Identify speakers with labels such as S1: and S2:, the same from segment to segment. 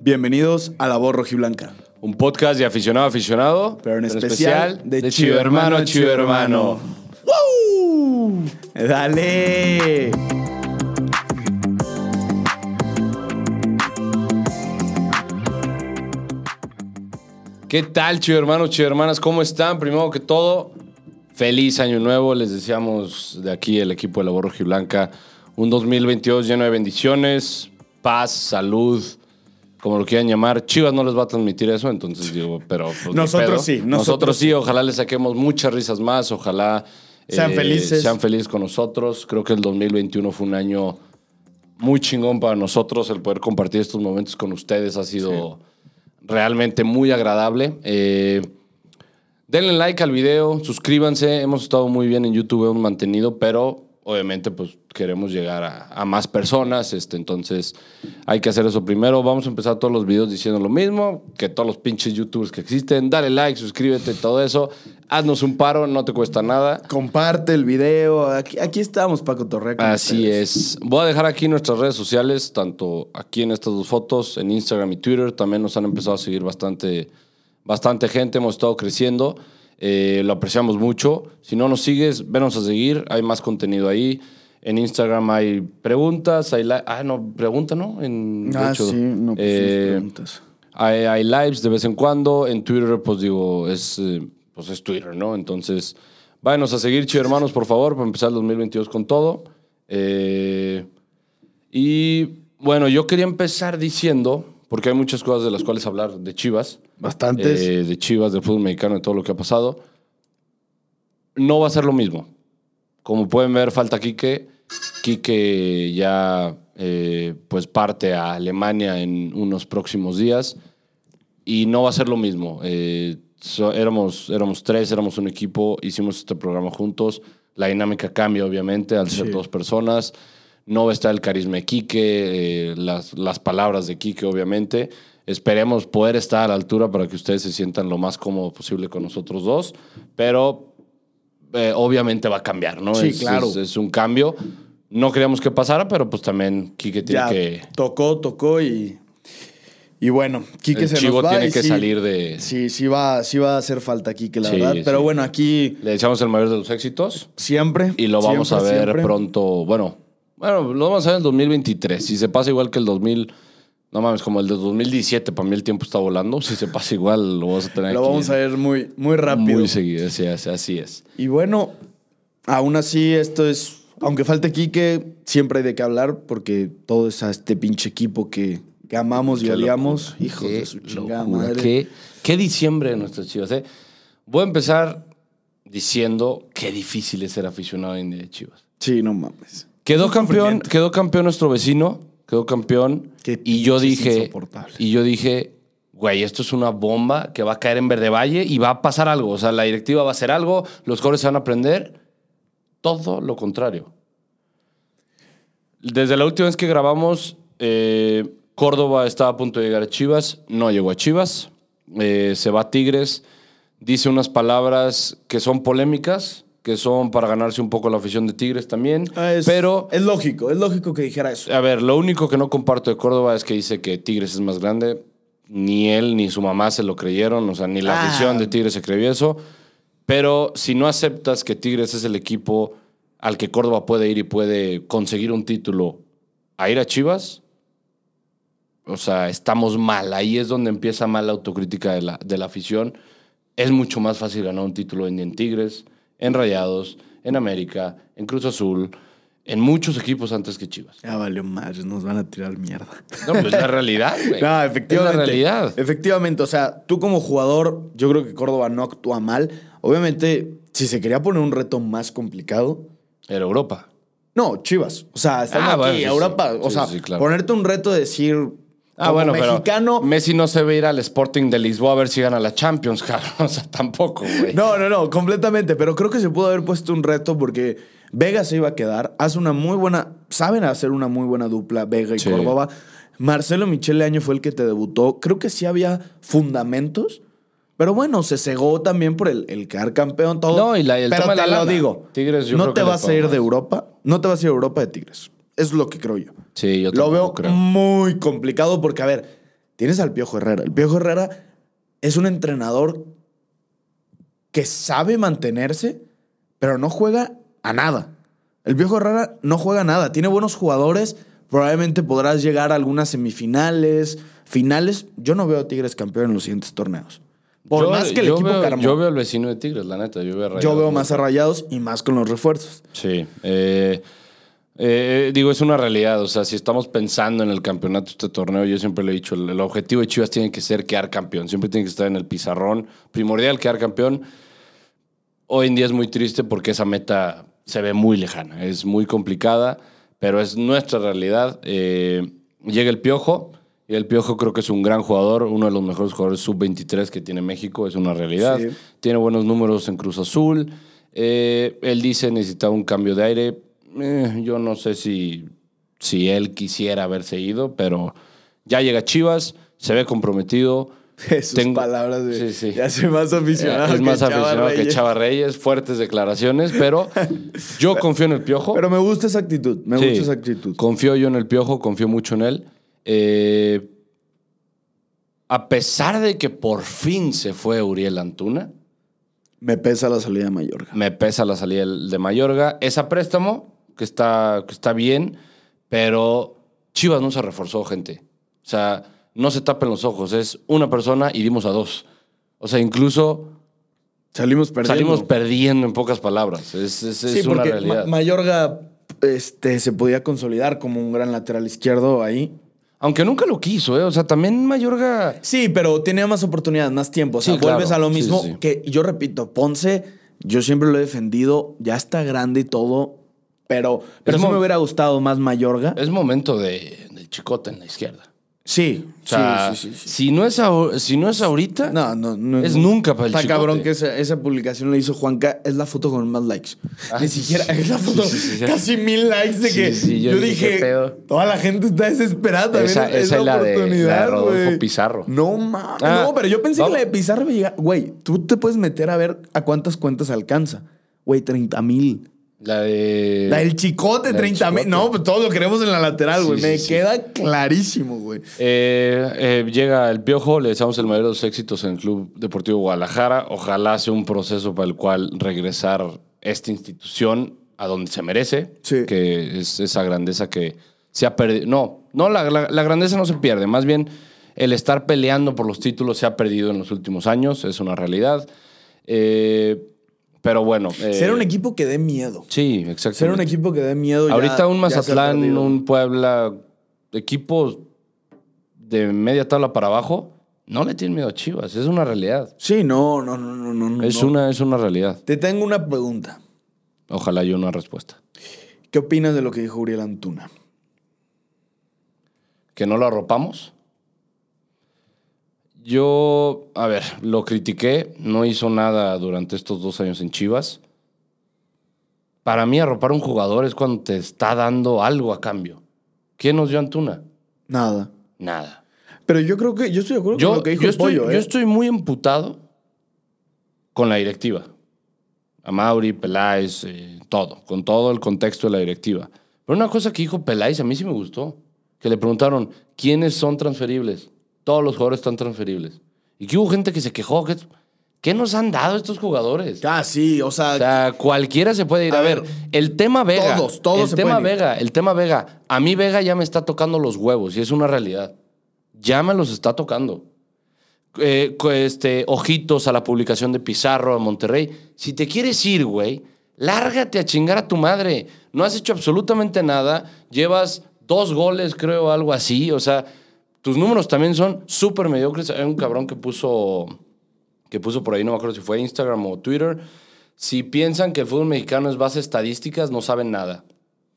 S1: Bienvenidos a La Voz Rojiblanca.
S2: Un podcast de aficionado a aficionado.
S1: Pero en especial de
S2: de Chivo Hermano a Chivo Hermano.
S1: ¡Woo! ¡Dale!
S2: ¿Qué tal, Chivo Hermanos, Chivo Hermanas? ¿Cómo están? Primero que todo, feliz año nuevo. Les deseamos de aquí el equipo de la Borja Blanca un 2022 lleno de bendiciones, paz, salud. Como lo quieran llamar, Chivas no les va a transmitir eso, entonces digo, pero... pues, ni
S1: Nosotros
S2: pedo.
S1: sí,
S2: nosotros,
S1: nosotros
S2: sí, ojalá les saquemos muchas risas más, ojalá... eh,
S1: Sean felices.
S2: Sean felices con nosotros. Creo que el 2021 fue un año muy chingón para nosotros. El poder compartir estos momentos con ustedes ha sido realmente muy agradable. Eh, denle like al video, suscríbanse. Hemos estado muy bien en YouTube, hemos mantenido, pero obviamente pues queremos llegar a, a más personas. Este, entonces hay que hacer eso primero. Vamos a empezar todos los videos diciendo lo mismo, que todos los pinches YouTubers que existen. Dale like, suscríbete, todo eso. Haznos un paro, no te cuesta nada.
S1: Comparte el video. Aquí, aquí estamos, Paco Torre. con
S2: Así
S1: ustedes.
S2: es. Voy a dejar aquí nuestras redes sociales, tanto aquí en estas dos fotos, en Instagram y Twitter. También nos han empezado a seguir bastante, bastante gente, hemos estado creciendo. Eh, lo apreciamos mucho. Si no nos sigues, venos a seguir. Hay más contenido ahí. En Instagram hay preguntas, hay li- ah, no, pregunta, ¿no? En, de
S1: Ah,
S2: hecho,
S1: sí, no pusimos
S2: eh,
S1: preguntas.
S2: hay, hay lives de vez en cuando. En Twitter, pues digo, es, eh, pues es Twitter, ¿no? Entonces, váyanos a seguir, chido hermanos, por favor, para empezar el 2022 con todo. Eh, y bueno, yo quería empezar diciendo, porque hay muchas cosas de las cuales hablar de Chivas,
S1: Bastantes.
S2: eh, de Chivas, del fútbol mexicano, de todo lo que ha pasado. No va a ser lo mismo. Como pueden ver, falta Quique. Quique ya eh, pues parte a Alemania en unos próximos días y no va a ser lo mismo. Eh, so- éramos, éramos tres, éramos un equipo, hicimos este programa juntos. La dinámica cambia, obviamente, al ser
S1: Sí.
S2: dos personas. No va a estar el carisma de Quique, eh, las, las palabras de Quique, obviamente. Esperemos poder estar a la altura para que ustedes se sientan lo más cómodo posible con nosotros dos, pero eh, obviamente va a cambiar, ¿no?
S1: Sí,
S2: Es-
S1: claro.
S2: Es, es un cambio. No queríamos que pasara, pero pues también Quique tiene
S1: ya
S2: que...
S1: tocó, tocó y. Y bueno, Quique
S2: el
S1: se
S2: chivo
S1: nos va.
S2: tiene
S1: y
S2: que
S1: sí,
S2: salir de...
S1: Sí, sí va, sí va a hacer falta Quique, la
S2: Sí,
S1: verdad. Pero
S2: sí.
S1: bueno, aquí
S2: Le deseamos el mayor de los éxitos
S1: siempre.
S2: y lo vamos
S1: siempre,
S2: a ver
S1: siempre.
S2: pronto. Bueno, bueno, lo vamos a ver en el 2023. Si se pasa igual que el 2000, no mames, como el de 2017, para mí el tiempo está volando. Si se pasa igual, lo vamos a tener
S1: Lo
S2: aquí
S1: vamos a ver muy, muy rápido.
S2: muy seguido. Así, es, así es.
S1: Y bueno, aún así, esto es. Aunque falte Quique, siempre hay de qué hablar porque todo es a este pinche equipo que, que amamos y
S2: Qué
S1: odiamos.
S2: locura,
S1: Hijos
S2: qué
S1: de su chingada
S2: locura,
S1: madre.
S2: Qué, qué diciembre de nuestros chivas, ¿eh? Voy a empezar diciendo qué difícil es ser aficionado en de chivas.
S1: Sí, no mames.
S2: Quedó
S1: Un
S2: campeón,
S1: sufrimiento.
S2: quedó campeón nuestro vecino, quedó campeón.
S1: Qué
S2: y yo
S1: pinches
S2: dije,
S1: insoportable.
S2: y yo dije, güey, esto es una bomba que va a caer en Verde Valle y va a pasar algo. O sea, la directiva va a hacer algo, los jóvenes se van a aprender. Todo lo contrario. Desde la última vez que grabamos, eh, Córdoba estaba a punto de llegar a Chivas, no llegó a Chivas, eh, se va a Tigres, dice unas palabras que son polémicas, que son para ganarse un poco la afición de Tigres también,
S1: Ah, es-
S2: pero
S1: Es lógico, es lógico que dijera eso.
S2: a ver, lo único que no comparto de Córdoba es que dice que Tigres es más grande. Ni él ni su mamá se lo creyeron, o sea, ni la
S1: Ah.
S2: afición de Tigres se creyó eso. Pero si no aceptas que Tigres es el equipo al que Córdoba puede ir y puede conseguir un título a ir a Chivas, o sea, estamos mal. Ahí es donde empieza mal la autocrítica de la, de la afición. Es mucho más fácil ganar un título en, en Tigres, en Rayados, en América, en Cruz Azul, en muchos equipos antes que Chivas.
S1: Ya valió madres, nos van a tirar mierda.
S2: No, pues la realidad, güey.
S1: No, efectivamente.
S2: Es la realidad.
S1: Efectivamente, o sea, tú como jugador, yo creo que Córdoba no actúa mal. Obviamente, si se quería poner un reto más complicado,
S2: Era Europa.
S1: no, Chivas. O sea, estamos
S2: Ah,
S1: aquí,
S2: bueno, sí, sí.
S1: Europa. O
S2: Sí,
S1: sea,
S2: sí, claro.
S1: ponerte un reto de decir,
S2: Ah,
S1: como
S2: bueno,
S1: mexicano.
S2: pero Messi no se ve ir al Sporting de Lisboa a ver si gana la Champions, cabrón. O sea, tampoco, güey.
S1: No, no, no, completamente. Pero creo que se pudo haber puesto un reto porque Vega se iba a quedar. Hace una muy buena. Saben hacer una muy buena dupla, Vega y
S2: Sí.
S1: Córdoba. Marcelo Michele Año fue el que te debutó. Creo que sí había fundamentos. Pero bueno, se cegó también por el, el quedar campeón, todo.
S2: No, y la- el
S1: Pero
S2: tema de
S1: te
S2: la
S1: lo
S2: lana.
S1: digo.
S2: Tigres, yo
S1: no
S2: creo
S1: te
S2: que le
S1: vas a
S2: pago
S1: ir de
S2: más.
S1: Europa. No te vas a ir a Europa de Tigres. Es lo que creo yo.
S2: Sí, yo
S1: Lo
S2: tampoco
S1: veo
S2: creo.
S1: muy complicado porque, a ver, Tienes al Piojo Herrera. El Piojo Herrera es un entrenador que sabe mantenerse, pero no juega a nada. El Piojo Herrera no juega a nada. Tiene buenos jugadores. Probablemente podrás llegar a algunas semifinales, finales. Yo no veo a Tigres campeón en los siguientes torneos. Por
S2: Yo-
S1: más que el
S2: yo
S1: equipo
S2: veo,
S1: que armó.
S2: Yo veo al vecino de Tigres, la neta. Yo veo, a
S1: Yo
S2: Rayados,
S1: veo
S2: ¿no?
S1: más a rayados y más con los refuerzos.
S2: Sí. eh, eh, digo, es una realidad. O sea, si estamos pensando en el campeonato de este torneo, yo siempre lo he dicho, el, el objetivo de Chivas tiene que ser quedar campeón. Siempre tiene que estar en el pizarrón. Primordial quedar campeón. Hoy en día es muy triste porque esa meta se ve muy lejana. Es muy complicada, pero es nuestra realidad. Eh, llega el Piojo. Y el Piojo creo que es un gran jugador, uno de los mejores jugadores sub-23 que tiene México, es una realidad.
S1: Sí.
S2: Tiene buenos números en Cruz Azul. Eh, él dice necesitaba un cambio de aire. Eh, yo no sé si, si él quisiera haberse ido, pero ya llega Chivas, se ve comprometido.
S1: Sus
S2: Tengo-
S1: palabras de.
S2: Sí, sí.
S1: Ya soy más aficionado.
S2: es más
S1: que Chava
S2: aficionado que
S1: Reyes.
S2: Chava Reyes, fuertes declaraciones, pero yo confío en el Piojo.
S1: Pero me gusta esa actitud. Me
S2: Sí.
S1: gusta esa actitud.
S2: Confío yo en el Piojo, confío mucho en él. Eh, a pesar de que por fin se fue Uriel Antuna,
S1: Me pesa la salida de Mallorca.
S2: me pesa la salida del- de Mayorga. Es a préstamo, que está, que está bien, pero Chivas no se reforzó, gente. O sea, no se tapen los ojos. Es una persona y dimos a dos. O sea, incluso
S1: Salimos perdiendo.
S2: salimos perdiendo en pocas palabras. Es, es- es
S1: Sí,
S2: una
S1: porque
S2: realidad.
S1: Ma- Mayorga este, se podía consolidar como un gran lateral izquierdo ahí.
S2: Aunque nunca lo quiso, ¿eh? O sea, también Mayorga...
S1: Sí, pero tenía más oportunidades, más tiempo. O sea,
S2: Sí, claro.
S1: vuelves a lo
S2: Sí,
S1: mismo
S2: sí, sí.
S1: que yo repito, Ponce, yo siempre lo he defendido, ya está grande y todo, pero, pero
S2: Es
S1: sí
S2: mo-
S1: me hubiera gustado más Mayorga.
S2: Es momento de, del chicote en la izquierda.
S1: Sí,
S2: O sea,
S1: sí, sí, sí, sí.
S2: Si, no es ahor- si no es ahorita,
S1: No, no, no.
S2: es
S1: no.
S2: nunca para el
S1: Está
S2: chicote.
S1: cabrón que esa, esa publicación la hizo Juanca. Es la foto con más likes.
S2: Ah,
S1: Ni
S2: sí,
S1: siquiera.
S2: sí,
S1: es la
S2: sí,
S1: foto.
S2: sí, sí, sí.
S1: casi mil likes de
S2: Sí,
S1: que.
S2: sí, yo
S1: yo,
S2: dije,
S1: dije.
S2: ¿qué pedo?
S1: Toda la gente está desesperada. también
S2: Esa- esa es la de-
S1: oportunidad,
S2: la de Rodolfo
S1: güey.
S2: Pizarro.
S1: No mames.
S2: Ah,
S1: no, pero yo pensé
S2: vamos.
S1: que la de Pizarro me llega. Güey, tú te puedes meter a ver a cuántas cuentas alcanza. Güey, 30 mil.
S2: La de.
S1: La del chicote,
S2: la del
S1: 30 mil.
S2: Chicote.
S1: No, pues todos lo queremos en la lateral,
S2: Sí,
S1: güey.
S2: sí,
S1: me
S2: sí.
S1: queda clarísimo, güey.
S2: Eh, eh, llega el Piojo, le deseamos el mayor de los éxitos en el Club Deportivo Guadalajara. Ojalá sea un proceso para el cual regresar esta institución a donde se merece,
S1: Sí.
S2: que es esa grandeza que se ha perdido. No, no la, la- la grandeza no se pierde, más bien el estar peleando por los títulos se ha perdido en los últimos años, es una realidad. Eh, pero bueno. eh,
S1: Ser un equipo que dé miedo.
S2: Sí, exactamente.
S1: Ser un equipo que dé miedo. ya-
S2: Ahorita un
S1: ya se ha
S2: Mazatlán,
S1: perdido.
S2: un Puebla, equipos de media tabla para abajo, no le tienen miedo a Chivas. Es una realidad.
S1: Sí, no, no, no, no, no. no,
S2: Es,
S1: no.
S2: una, es una realidad.
S1: Te tengo una pregunta.
S2: Ojalá yo una respuesta.
S1: ¿Qué opinas de lo que dijo Uriel Antuna?
S2: ¿Que no lo arropamos? Yo, a ver, lo critiqué. No hizo nada durante estos dos años en Chivas. Para mí, arropar a un jugador es cuando te está dando algo a cambio. ¿Quién nos dio a Antuna?
S1: Nada.
S2: Nada.
S1: Pero yo creo que yo estoy de acuerdo
S2: Yo,
S1: con lo que dijo
S2: yo
S1: el
S2: estoy,
S1: pollo, ¿eh?
S2: yo estoy muy emputado con la directiva. A Mauri, Peláez, eh, todo, con todo el contexto de la directiva. Pero una cosa que dijo Peláez a mí sí me gustó, que le preguntaron, ¿quiénes son transferibles? Todos los jugadores están transferibles. Y que hubo gente que se quejó, que, ¿qué nos han dado estos jugadores?
S1: Ah, sí, o sea,
S2: O sea, cualquiera se puede ir. A,
S1: A
S2: ver,
S1: ver,
S2: el tema Vega.
S1: todos, todos
S2: El
S1: se
S2: tema
S1: pueden ir.
S2: Vega, el tema Vega. A mí Vega ya me está tocando los huevos y es una realidad. Ya me los está tocando. Eh, co- este, ojitos a la publicación de Pizarro a Monterrey. Si te quieres ir, güey, lárgate a chingar a tu madre. No has hecho absolutamente nada. Llevas dos goles, creo, algo así. O sea, tus números también son súper mediocres. Hay un cabrón que puso que puso por ahí, no me acuerdo si fue Instagram o Twitter. Si piensan que el fútbol mexicano es base estadísticas, no saben nada.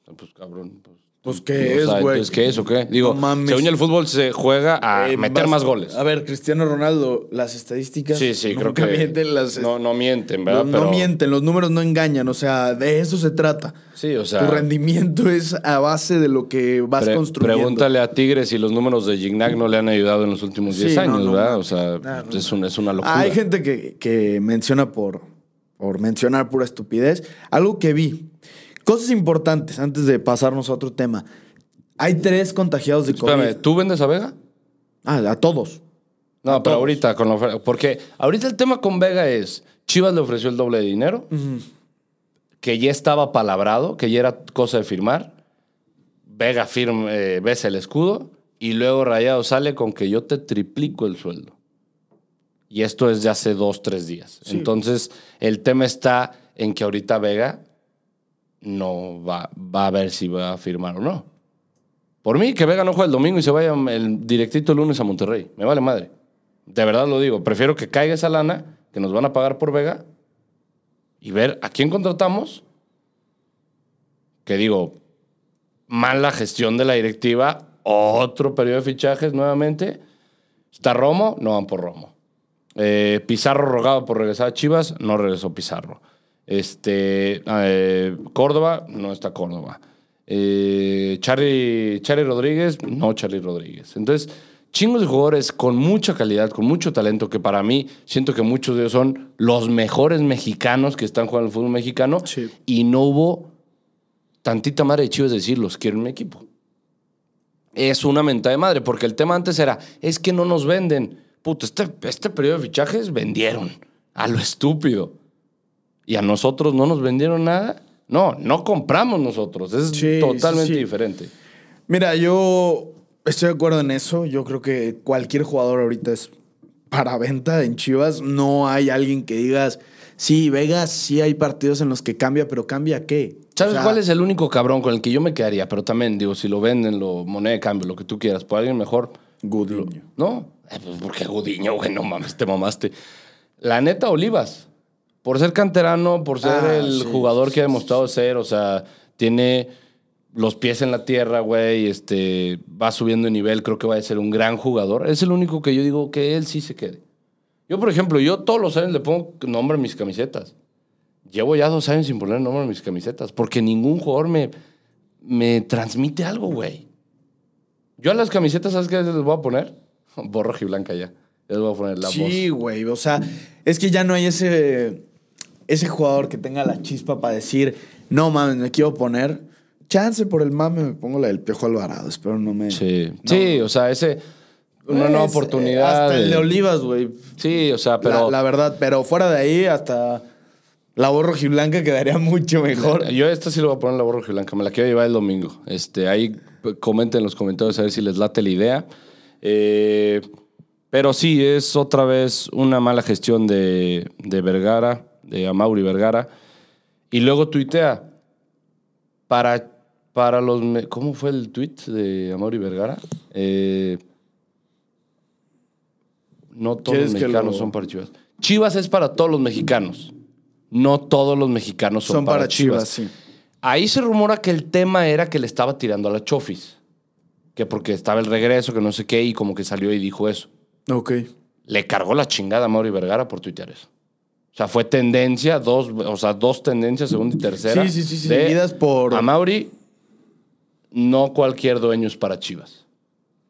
S2: Ah, Pues cabrón. Pues,
S1: pues
S2: no
S1: qué es,
S2: saben,
S1: güey.
S2: entonces, ¿Qué es o qué? Digo,
S1: No mames.
S2: según el fútbol se juega a
S1: Eh,
S2: meter
S1: vas-
S2: más goles.
S1: A ver, Cristiano Ronaldo, las estadísticas.
S2: Sí, sí, creo
S1: nunca
S2: que.
S1: mienten las
S2: no, no mienten, ¿verdad?
S1: no, no
S2: Pero-
S1: mienten, los números no engañan, o sea, de eso se trata.
S2: Sí, o sea.
S1: tu rendimiento es a base de lo que vas
S2: pre-
S1: construyendo.
S2: Pregúntale a Tigres si los números de Gignac no le han ayudado en los últimos
S1: Sí,
S2: 10
S1: no,
S2: años,
S1: no,
S2: ¿verdad?
S1: no.
S2: O sea,
S1: No, no,
S2: es, un- es una locura.
S1: Ah, Hay gente que, que menciona por, por mencionar pura estupidez. Algo que vi. Cosas importantes antes de pasarnos a otro tema. Hay tres contagiados de COVID.
S2: Espérame, ¿tú vendes a Vega?
S1: Ah, a todos.
S2: No, pero
S1: todos.
S2: ahorita con la oferta. Porque ahorita el tema con Vega es: Chivas le ofreció el doble de dinero, que ya estaba palabrado, que ya era cosa de firmar. Vega firma, eh, besa el escudo y luego Rayado sale con que yo te triplico el sueldo. Y esto es de hace dos, tres días. Entonces, el tema está en que ahorita Vega no va, va a ver si va a firmar o no. Por mí, que Vega no juegue el domingo y se vaya el directito el lunes a Monterrey. Me vale madre. De verdad lo digo. Prefiero que caiga esa lana que nos van a pagar por Vega y ver a quién contratamos. Que digo, mala gestión de la directiva, otro periodo de fichajes nuevamente. Está Romo, no van por Romo. Eh, Pizarro rogado por regresar a Chivas, no regresó Pizarro. Este, eh, Córdoba, no está Córdoba. Eh, Charlie, Charlie Rodríguez, no Charlie Rodríguez. Entonces, chingos de jugadores con mucha calidad, con mucho talento, que para mí siento que muchos de ellos son los mejores mexicanos que están jugando al fútbol mexicano.
S1: Sí.
S2: Y no hubo tantita madre de Chivas decir, los quiero en mi equipo. Es una menta de madre, porque el tema antes era, es que no nos venden. Puto, este, este periodo de fichajes vendieron a lo estúpido. Y a nosotros no nos vendieron nada. No, no compramos nosotros. Es
S1: Sí,
S2: totalmente
S1: sí, sí.
S2: diferente.
S1: Mira, yo estoy de acuerdo en eso. Yo creo que cualquier jugador ahorita es para venta en Chivas. No hay alguien que digas, sí, Vegas, sí hay partidos en los que cambia, pero ¿cambia qué?
S2: ¿Sabes
S1: O sea,
S2: cuál es el único cabrón con el que yo me quedaría? Pero también, digo, si lo venden, lo moneda de cambio, lo que tú quieras, por alguien mejor.
S1: Gudiño.
S2: No, eh, pues, porque Gudiño, güey, no mames, te mamaste. La neta, Olivas, por ser canterano, por ser
S1: Ah,
S2: el
S1: sí,
S2: jugador
S1: sí,
S2: que ha demostrado ser, o sea, tiene los pies en la tierra, güey, este, va subiendo de nivel, creo que va a ser un gran jugador. Es el único que yo digo que él sí se quede. Yo, por ejemplo, yo todos los años le pongo nombre a mis camisetas. Llevo ya dos años sin poner nombre a mis camisetas, porque ningún jugador me, me transmite algo, güey. Yo a las camisetas, ¿sabes qué les voy a poner? Borroja y blanca ya. Les voy a poner la
S1: Sí, güey. O sea, es que ya no hay ese, ese jugador que tenga la chispa para decir, no mames, me quiero poner. Chance por el mame, me pongo la del Piojo Alvarado. Espero no me.
S2: voz. Sí. sí, o sea, ese. Una nueva
S1: Es, eh,
S2: oportunidad.
S1: Hasta el de
S2: de-
S1: Olivas, güey.
S2: Sí, o sea, pero.
S1: la, la verdad, pero fuera de ahí hasta la voz rojiblanca quedaría mucho mejor.
S2: Yo esta sí lo voy a poner en la borra blanca, me la quiero llevar el domingo. Este, ahí p- comenten en los comentarios a ver si les late la idea. Eh, pero sí, es otra vez una mala gestión de, de Vergara, de Amauri Vergara. Y luego tuitea. Para, para los. me- ¿Cómo fue el tweet de Amauri Vergara? Eh, no todos los
S1: ¿Quieres que
S2: mexicanos
S1: lo-
S2: son para Chivas. Chivas es para todos los mexicanos. No todos los mexicanos son, para, Chivas. Ahí se rumora que el tema era que le estaba tirando a la Chofis. Que porque estaba el regreso, que no sé qué, y como que salió y dijo eso.
S1: sí. Ok.
S2: Le cargó la chingada a Mauri Vergara por tuitear eso. O sea, fue tendencia, dos, o sea, dos tendencias, segunda y tercera.
S1: Sí, sí, sí, sí,
S2: de
S1: seguidas por-
S2: A Mauri, no cualquier dueño es para Chivas.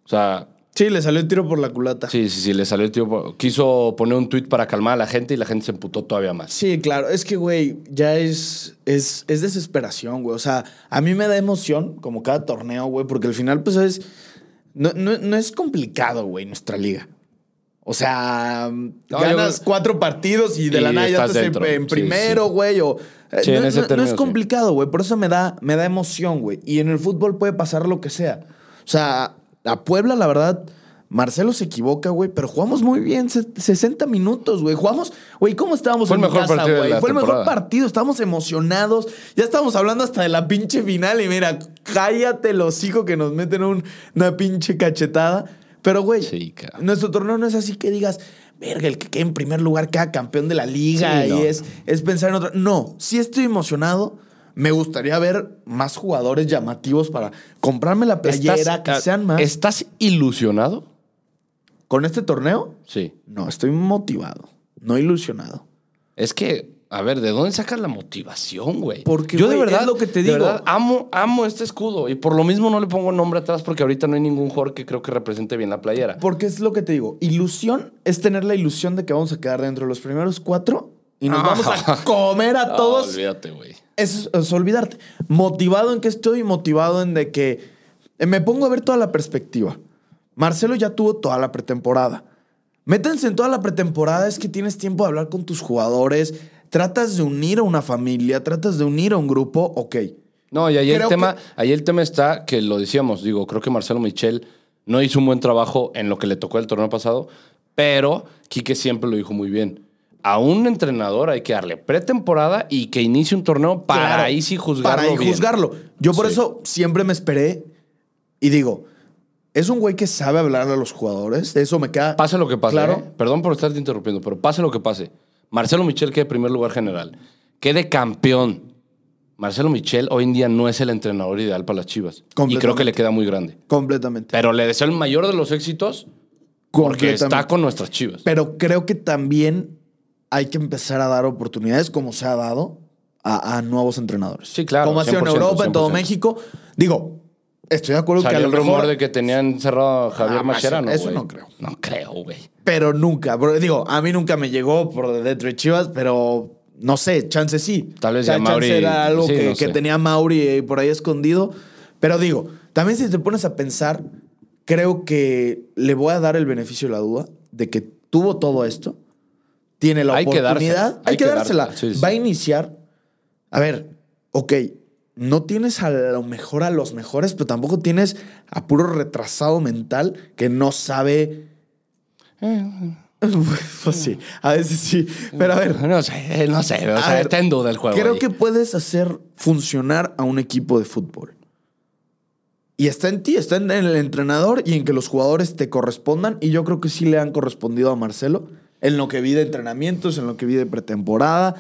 S2: O sea,
S1: Sí, le salió el tiro por la culata. Sí.
S2: sí, sí, sí, le salió el tío. por- Quiso poner un tuit para calmar a la gente y la gente se emputó todavía más.
S1: claro. Es que, güey, ya es, es, es desesperación, güey. O sea, a mí me da emoción, como cada torneo, güey, porque al final, pues, es. No, no- no es complicado, güey, nuestra liga. O sea,
S2: yo
S1: ganas
S2: creo-
S1: cuatro partidos y de
S2: Y
S1: la nada ya
S2: estás
S1: estás en-
S2: dentro.
S1: en,
S2: Sí,
S1: primero,
S2: sí.
S1: güey. O, eh,
S2: Sí,
S1: no,
S2: en ese
S1: no- no
S2: término,
S1: es
S2: sí.
S1: complicado, güey. Por eso me da, me da emoción, güey. Y en el fútbol puede pasar lo que sea. O sea, a Puebla, la verdad, Marcelo se equivoca, güey. Pero jugamos muy bien, se- 60 minutos, güey. Jugamos, güey, ¿cómo estábamos
S2: Fue el
S1: en mi
S2: mejor
S1: casa,
S2: partido de
S1: güey?
S2: la
S1: Fue el mejor
S2: temporada.
S1: partido, estábamos emocionados. Ya estábamos hablando hasta de la pinche final. Y mira, cállate los hijos que nos meten un- una pinche cachetada. Pero, güey,
S2: Sí, cabrón.
S1: nuestro torneo no es así que digas, verga, el que quede en primer lugar queda campeón de la liga y
S2: Sí, no,
S1: es, es pensar en otro. No, sí estoy emocionado. Me gustaría ver más jugadores llamativos para comprarme la playera, que sean más.
S2: ¿Estás ilusionado?
S1: ¿Con este torneo?
S2: Sí.
S1: No, estoy motivado, no ilusionado.
S2: Es que, a ver, ¿de dónde sacas la motivación, güey?
S1: Porque,
S2: yo de
S1: güey, es
S2: verdad,
S1: lo que te
S2: de
S1: digo.
S2: verdad, amo, amo este escudo y por lo mismo no le pongo nombre atrás porque ahorita no hay ningún jugador que creo que represente bien la playera.
S1: Porque es lo que te digo, ilusión es tener la ilusión de que vamos a quedar dentro de los primeros cuatro y nos
S2: Ah.
S1: vamos a comer a
S2: No,
S1: todos
S2: olvídate, güey.
S1: Eso es, es olvidarte. Motivado en que estoy, motivado en de que eh, me pongo a ver toda la perspectiva. Marcelo ya tuvo toda la pretemporada. Métanse en toda la pretemporada, es que tienes tiempo de hablar con tus jugadores, tratas de unir a una familia, tratas de unir a un grupo, ok.
S2: No, y ahí el,
S1: Creo
S2: tema,
S1: que-
S2: ahí el tema está que lo decíamos, digo, creo que Marcelo Michel no hizo un buen trabajo en lo que le tocó el torneo pasado, pero Quique siempre lo dijo muy bien. A un entrenador hay que darle pretemporada y que inicie un torneo para
S1: Claro,
S2: ahí sí juzgarlo.
S1: Para ahí
S2: bien.
S1: juzgarlo. Yo por
S2: Sí.
S1: eso siempre me esperé y digo, es un güey que sabe hablar a los jugadores, eso me queda...
S2: Pase lo que pase.
S1: Claro.
S2: ¿eh? Perdón por estarte interrumpiendo, pero pase lo que pase. Marcelo Michel quede primer lugar general. Quede campeón. Marcelo Michel hoy en día no es el entrenador ideal para las Chivas. Y creo que
S1: Completamente.
S2: le queda muy grande.
S1: Completamente.
S2: Pero le deseo el mayor de los éxitos porque está
S1: Completamente.
S2: con nuestras Chivas.
S1: Pero creo que también hay que empezar a dar oportunidades, como se ha dado, a, a nuevos entrenadores.
S2: Sí, claro,
S1: Como ha sido en
S2: 100%,
S1: Europa, en todo
S2: 100%.
S1: México. Digo, estoy de acuerdo que
S2: Salió
S1: a lo
S2: el rumor
S1: mejor-
S2: de que tenían cerrado a Javier
S1: Ah,
S2: Mascherano,
S1: eso
S2: güey.
S1: no creo.
S2: No creo, güey.
S1: Pero nunca. bro. digo, a mí nunca me llegó por dentro de Chivas, pero no sé, chance sí.
S2: Tal vez ya
S1: chance
S2: Mauri-
S1: era algo
S2: sí,
S1: que,
S2: no sé.
S1: que tenía Mauri eh, por ahí escondido. Pero digo, también si te pones a pensar, creo que le voy a dar el beneficio de la duda de que tuvo todo esto, tiene la
S2: Hay que dársela,
S1: oportunidad, hay, que dársela.
S2: sí, sí.
S1: Va a iniciar. A ver, ok, no tienes a lo mejor a los mejores, pero tampoco tienes a puro retrasado mental que no sabe Eh. pues sí, a veces sí. Pero a ver,
S2: No sé, no sé. O
S1: A
S2: sea,
S1: ver,
S2: está en duda el juego.
S1: creo
S2: ahí.
S1: que puedes hacer funcionar a un equipo de fútbol. Y está en ti, está en el entrenador y en que los jugadores te correspondan. Y yo creo que sí le han correspondido a Marcelo en lo que vi de entrenamientos, en lo que vi de pretemporada.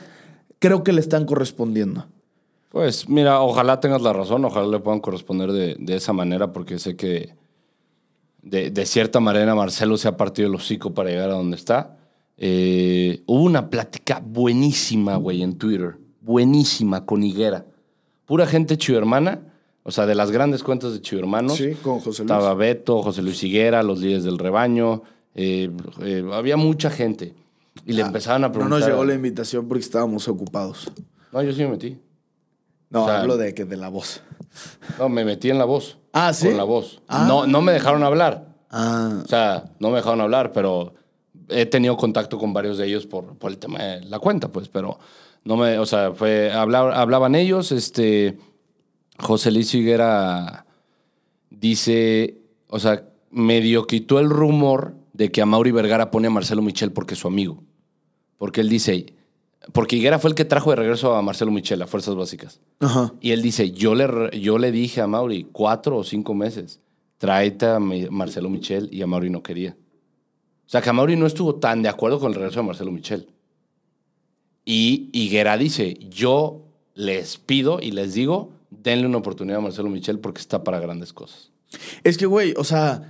S1: Creo que le están correspondiendo.
S2: Pues mira, ojalá tengas la razón, ojalá le puedan corresponder de, de esa manera, porque sé que de, de cierta manera Marcelo se ha partido el hocico para llegar a donde está. Eh, hubo una plática buenísima, güey, en Twitter, buenísima, con Higuera. Pura gente chivermana, o sea, de las grandes cuentas de chivermanos.
S1: con José
S2: Estaba Beto, José Luis Higuera, los líderes del rebaño, eh, eh, había mucha gente. Y le empezaban a
S1: Ah. No
S2: preguntar.
S1: nos llegó la invitación porque estábamos ocupados.
S2: No, yo sí me metí.
S1: No,
S2: O sea,
S1: hablo de que de la voz.
S2: No, me metí en la voz.
S1: Ah, ¿sí?
S2: Con la voz.
S1: Ah.
S2: No, no me dejaron hablar.
S1: Ah,
S2: O sea, no me dejaron hablar, pero he tenido contacto con varios de ellos por, por el tema de la cuenta, pues, pero no me, o sea, fue, hablar, hablaban ellos, este, José Luis Higuera dice, o sea, medio quitó el rumor de que a Mauri Vergara pone a Marcelo Michel porque es su amigo. Porque él dice, porque Higuera fue el que trajo de regreso a Marcelo Michel a Fuerzas Básicas.
S1: ajá.
S2: Y él dice, yo le, re- yo le dije a Mauri cuatro o cinco meses, tráete a Mi- Marcelo Michel y a Mauri no quería. O sea, que a Mauri no estuvo tan de acuerdo con el regreso de Marcelo Michel. Y Higuera dice, yo les pido y les digo, denle una oportunidad a Marcelo Michel porque está para grandes cosas.
S1: Es que, güey, o sea,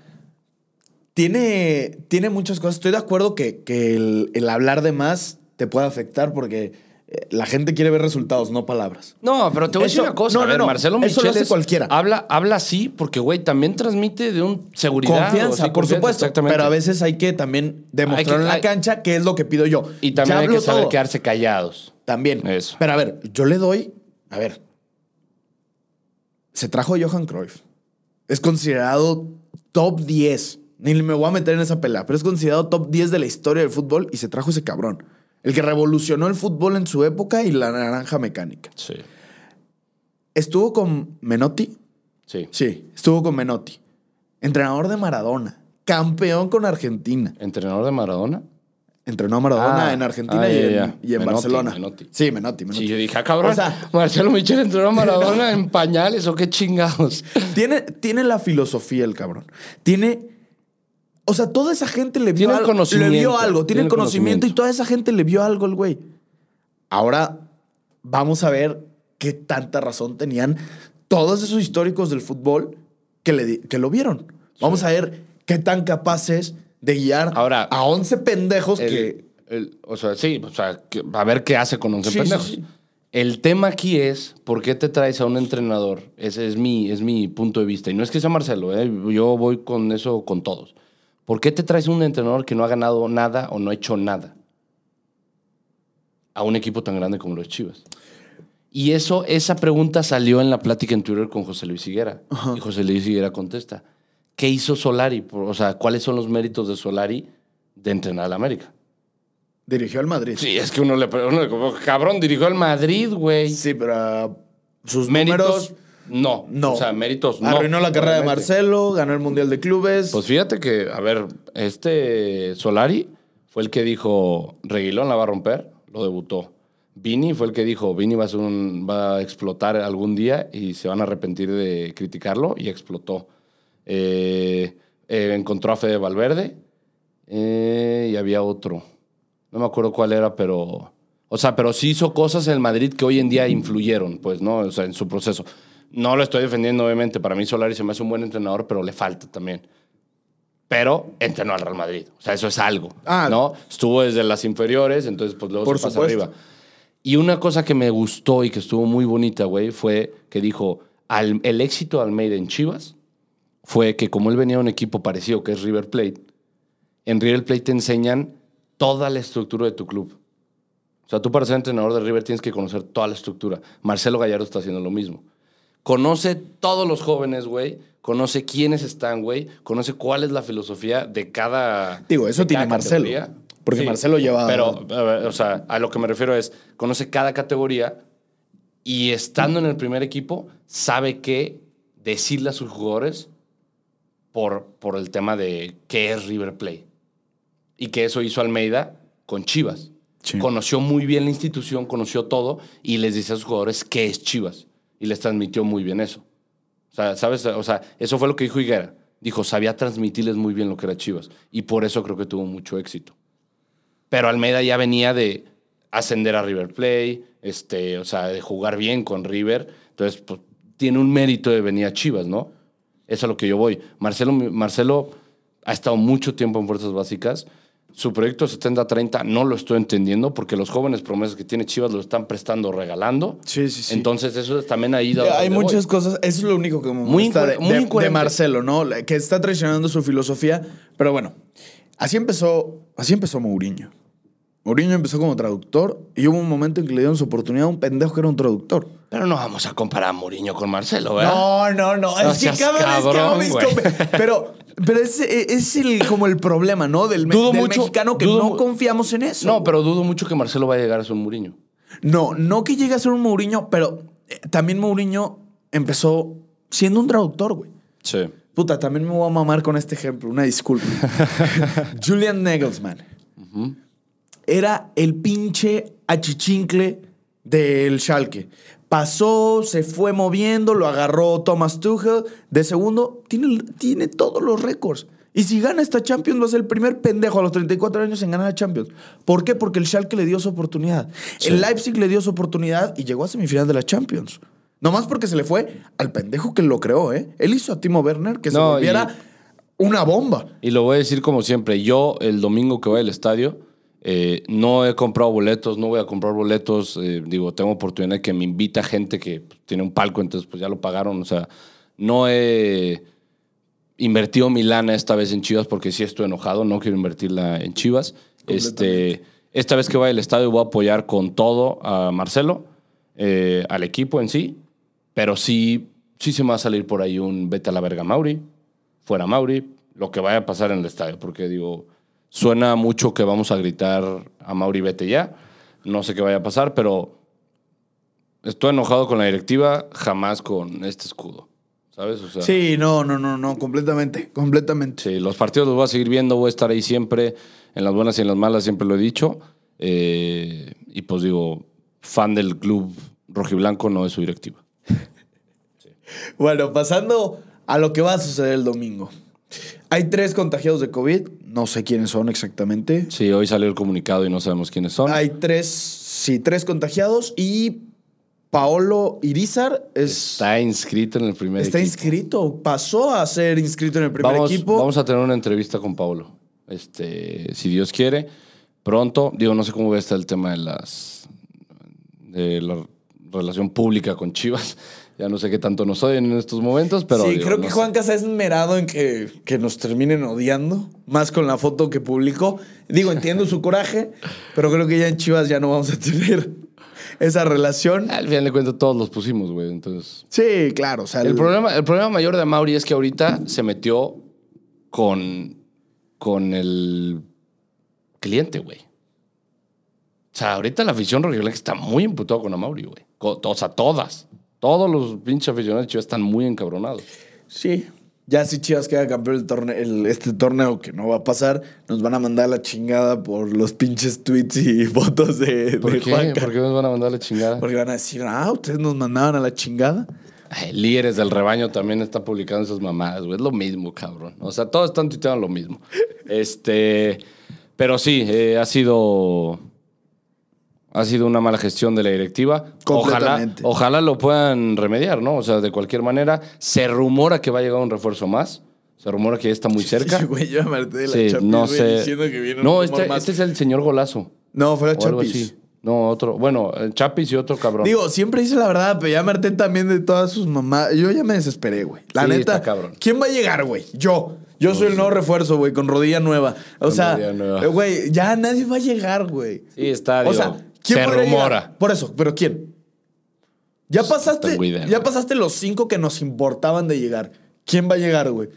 S1: tiene, tiene muchas cosas. Estoy de acuerdo que, que el, el hablar de más te puede afectar porque eh, la gente quiere ver resultados, no palabras.
S2: No, pero te voy a
S1: Eso-
S2: decir una cosa.
S1: no,
S2: a
S1: no,
S2: ver,
S1: no.
S2: Marcelo
S1: Eso lo
S2: Michel
S1: hace
S2: es-
S1: cualquiera.
S2: Habla, habla así porque, güey, también transmite de un seguridad. o
S1: Confianza,
S2: sí,
S1: por
S2: confianza,
S1: supuesto.
S2: exactamente.
S1: Pero a veces hay que también demostrar
S2: Hay que-
S1: en la
S2: hay-
S1: cancha qué es lo que pido yo.
S2: Y
S1: Ya
S2: también hay
S1: hablo
S2: que saber
S1: todo.
S2: quedarse callados.
S1: También.
S2: Eso.
S1: Pero a ver, yo le doy. A ver. Se trajo a Johan Cruyff. Es considerado top 10. Ni me voy a meter en esa pelea, pero es considerado top 10 de la historia del fútbol y se trajo ese cabrón. El que revolucionó el fútbol en su época y la naranja mecánica.
S2: Sí,
S1: ¿Estuvo con Menotti?
S2: sí.
S1: Sí, estuvo con Menotti. Entrenador de Maradona. Campeón con Argentina.
S2: ¿Entrenador de Maradona?
S1: Entrenó a Maradona
S2: Ah,
S1: en Argentina
S2: ah,
S1: y,
S2: ya,
S1: en,
S2: ya.
S1: y en
S2: Menotti,
S1: Barcelona.
S2: Menotti.
S1: Sí, Menotti, Menotti.
S2: Sí, yo dije, ah, cabrón.
S1: O sea-
S2: Marcelo Michel entrenó a Maradona en pañales o qué chingados.
S1: Tiene, tiene la filosofía el cabrón. Tiene. O sea, toda esa gente le vio,
S2: Tiene el
S1: al-
S2: conocimiento.
S1: le vio algo.
S2: Tiene
S1: Tiene,
S2: el
S1: el conocimiento,
S2: conocimiento.
S1: y toda esa gente le vio algo el güey. Ahora vamos a ver qué tanta razón tenían todos esos históricos del fútbol que, le, di- que lo vieron. Vamos a ver qué tan capaces de guiar
S2: Ahora,
S1: a 11 pendejos
S2: El-
S1: que.
S2: el- o sea, sí, o sea, que- a ver qué hace con 11
S1: Sí, sí,
S2: pendejos.
S1: sí.
S2: El tema aquí es por qué te traes a un entrenador. Ese es mi, es mi punto de vista. Y no es que sea Marcelo, ¿eh? yo voy con eso con todos. ¿Por qué te traes a un entrenador que no ha ganado nada o no ha hecho nada? A un equipo tan grande como los Chivas. Y eso, esa pregunta salió en la plática en Twitter con José Luis Higuera. Y José Luis Higuera contesta. ¿qué hizo Solari? O sea, ¿cuáles son los méritos de Solari de entrenar al América?
S1: Dirigió al Madrid.
S2: Sí, es que uno le pregunta, cabrón, dirigió al Madrid, güey.
S1: Sí, pero ah, sus
S2: méritos,
S1: méritos.
S2: no.
S1: No.
S2: O sea, méritos no.
S1: Arruinó la carrera de
S2: obviamente.
S1: Marcelo, ganó el Mundial de Clubes.
S2: Pues fíjate que, a ver, este Solari fue el que dijo Reguilón la va a romper, lo debutó. Vini fue el que dijo Vini va a, ser un- va a explotar algún día y se van a arrepentir de criticarlo y explotó. Eh, eh, encontró a Fede Valverde eh, y había otro. No me acuerdo cuál era, pero. O sea, pero sí hizo cosas en el Madrid que hoy en día influyeron, pues, ¿no? O sea, en su proceso. No lo estoy defendiendo, obviamente. Para mí, Solari se me hace un buen entrenador, pero le falta también. Pero entrenó al Real Madrid. O sea, eso es algo.
S1: Ah.
S2: ¿No? Estuvo desde las inferiores, entonces, pues luego
S1: Por
S2: se pasa
S1: supuesto.
S2: arriba. Y una cosa que me gustó y que estuvo muy bonita, güey, fue que dijo: al- el éxito de Almeida en Chivas fue que, como él venía de un equipo parecido, que es River Plate, en River Plate te enseñan toda la estructura de tu club. O sea, tú para ser entrenador de River tienes que conocer toda la estructura. Marcelo Gallardo está haciendo lo mismo. Conoce todos los jóvenes, güey. Conoce quiénes están, güey. Conoce cuál es la filosofía de cada.
S1: Digo, eso
S2: de
S1: tiene
S2: cada
S1: Marcelo, porque Marcelo lleva-
S2: Pero, a ver, o sea, a lo que me refiero es, conoce cada categoría y estando en el primer equipo, sabe qué decirle a sus jugadores por, por el tema de qué es River Play. Y que eso hizo Almeida con Chivas.
S1: Sí.
S2: Conoció muy bien la institución, conoció todo y les dice a sus jugadores qué es Chivas. Y les transmitió muy bien eso. O sea, ¿sabes? O sea, eso fue lo que dijo Higuera. Dijo, sabía transmitirles muy bien lo que era Chivas. Y por eso creo que tuvo mucho éxito. Pero Almeida ya venía de ascender a River Play, este, o sea, de jugar bien con River. Entonces, pues, tiene un mérito de venir a Chivas, ¿no? Eso es a lo que yo voy. Marcelo, Marcelo ha estado mucho tiempo en Fuerzas Básicas. Su proyecto 70-30 no lo estoy entendiendo porque los jóvenes promesas que tiene Chivas lo están prestando o regalando.
S1: Sí, sí, sí.
S2: Entonces, eso es también ahí.
S1: Eh, Hay
S2: donde voy.
S1: muchas cosas, eso es lo único que me
S2: Muy
S1: molesta
S2: incoher-
S1: de,
S2: muy
S1: de- de
S2: incoherente.
S1: Marcelo, ¿no? La- Que está traicionando su filosofía, pero bueno, así empezó, así empezó Mourinho. Mourinho empezó como traductor y hubo un momento en que le dieron su oportunidad a un pendejo que era un traductor.
S2: Pero no vamos a comparar a Mourinho con Marcelo, ¿verdad?
S1: No, no, no.
S2: No
S1: Es que
S2: seas
S1: cabrón, es que
S2: cabrón,
S1: no me
S2: güey.
S1: escope. Pero, pero es, es el, como el problema, ¿no? Del, me-
S2: Dudo
S1: del
S2: mucho-
S1: mexicano que
S2: dudo
S1: no
S2: mu-
S1: confiamos en eso.
S2: No, pero dudo mucho que Marcelo va a llegar a ser un Mourinho.
S1: No, no que llegue a ser un Mourinho, pero eh, también Mourinho empezó siendo un traductor, güey.
S2: Sí.
S1: Puta, también me voy a mamar con este ejemplo, una disculpa. Julian Nagelsmann. Era el pinche achichincle del Schalke. Pasó, se fue moviendo, lo agarró Thomas Tuchel. De segundo, tiene, tiene todos los récords. Y si gana esta Champions, va a ser el primer pendejo a los 34 años en ganar la Champions. ¿Por qué? Porque el Schalke le dio su oportunidad. El Leipzig le dio su oportunidad y llegó a semifinal de la Champions. Nomás porque se le fue al pendejo que lo creó, ¿eh? Él hizo a Timo Werner que se
S2: No, y-
S1: volviera una bomba.
S2: Y lo voy a decir como siempre. Yo, el domingo que voy al estadio, eh, no he comprado boletos, no voy a comprar boletos. eh, digo, tengo oportunidad de que me invita gente que pues, tiene un palco, entonces pues ya lo pagaron. O sea, no he invertido mi lana esta vez en Chivas porque sí estoy enojado, no quiero invertirla en Chivas. Este, esta vez que vaya al estadio voy a apoyar con todo a Marcelo, eh, al equipo en sí, pero sí, sí se me va a salir por ahí un vete a la verga Mauri, fuera Mauri, lo que vaya a pasar en el estadio, porque digo, suena mucho que vamos a gritar a Mauri vete ya, no sé qué vaya a pasar, pero estoy enojado con la directiva, jamás con este escudo, ¿sabes? O sea,
S1: Sí, no, no, no, no, completamente, completamente.
S2: Sí, los partidos los voy a seguir viendo, voy a estar ahí siempre, en las buenas y en las malas, siempre lo he dicho. Eh, y pues digo, fan del club rojiblanco, no de su directiva.
S1: Bueno, pasando a lo que va a suceder el domingo. Hay tres contagiados de COVID, no sé quiénes son exactamente.
S2: Sí, hoy salió el comunicado y no sabemos quiénes son.
S1: Hay tres, sí, tres contagiados y Paolo Irizar es, está,
S2: Está inscrito en el primer equipo.
S1: inscrito, pasó a ser inscrito en el primer
S2: vamos,
S1: equipo.
S2: Vamos a tener una entrevista con Pablo. Este, si Dios quiere, pronto. Digo, no sé cómo va a estar el tema de las de la relación pública con Chivas. Ya no sé qué tanto nos oyen en estos momentos, pero.
S1: sí,
S2: digo,
S1: creo
S2: no
S1: que
S2: sé.
S1: Juan Casa es esmerado en que, que nos terminen odiando, más con la foto que publicó. Digo, entiendo su coraje, pero creo que ya en Chivas ya no vamos a tener esa relación.
S2: Al final de cuentas, todos los pusimos, güey. Entonces.
S1: Sí, claro, o sea,
S2: El
S1: el-
S2: problema, el problema mayor de Mauri es que ahorita se metió con, con el cliente, güey. O sea, ahorita la afición rojiblanca está muy emputada con Amauri, güey. Co- O sea, todas. Todos los pinches aficionados de Chivas están muy encabronados.
S1: Sí. Ya si Chivas queda campeón del torne- el- este torneo, que no va a pasar, nos van a mandar la chingada por los pinches tweets y fotos de,
S2: ¿Por
S1: de
S2: qué?
S1: Juanca.
S2: ¿Por qué nos van a mandar la chingada?
S1: Porque van a decir, ah, ustedes nos mandaban a la chingada.
S2: Ay, Líderes del rebaño también está publicando esas mamadas, güey. Es lo mismo, cabrón. O sea, todos están tuiteando lo mismo. Este. Pero sí, eh, ha sido. Ha sido una mala gestión de la directiva. Ojalá,
S1: Completamente.
S2: ojalá lo puedan remediar, ¿no? O sea, de cualquier manera, se rumora que va a llegar un refuerzo más. Se rumora que ya está muy cerca.
S1: Sí, güey, yo me harté de la
S2: Sí,
S1: Chapis,
S2: no
S1: güey,
S2: sé.
S1: diciendo que viene
S2: no,
S1: un rumor
S2: este,
S1: más.
S2: este es el señor Golazo.
S1: No, fue la
S2: O algo
S1: Chapis.
S2: así. No, otro. Bueno, el Chapis y otro cabrón.
S1: Digo, siempre dice la verdad, pero ya me harté también de todas sus mamás. Yo ya me desesperé, güey. La
S2: Sí,
S1: neta.
S2: está cabrón.
S1: ¿Quién va a llegar, güey? Yo. Yo soy el nuevo refuerzo, güey, con rodilla nueva. O
S2: Con
S1: sea,
S2: rodilla nueva.
S1: eh, güey, ya nadie va a llegar, güey.
S2: sí, está.
S1: O
S2: digo,
S1: sea, ¿quién
S2: se
S1: podría
S2: rumora. Pues,
S1: llegar? Por eso, pero ¿quién? Ya pasaste,
S2: tengo idea,
S1: ya
S2: güey.
S1: pasaste los cinco que nos importaban de llegar. ¿Quién va a llegar, güey?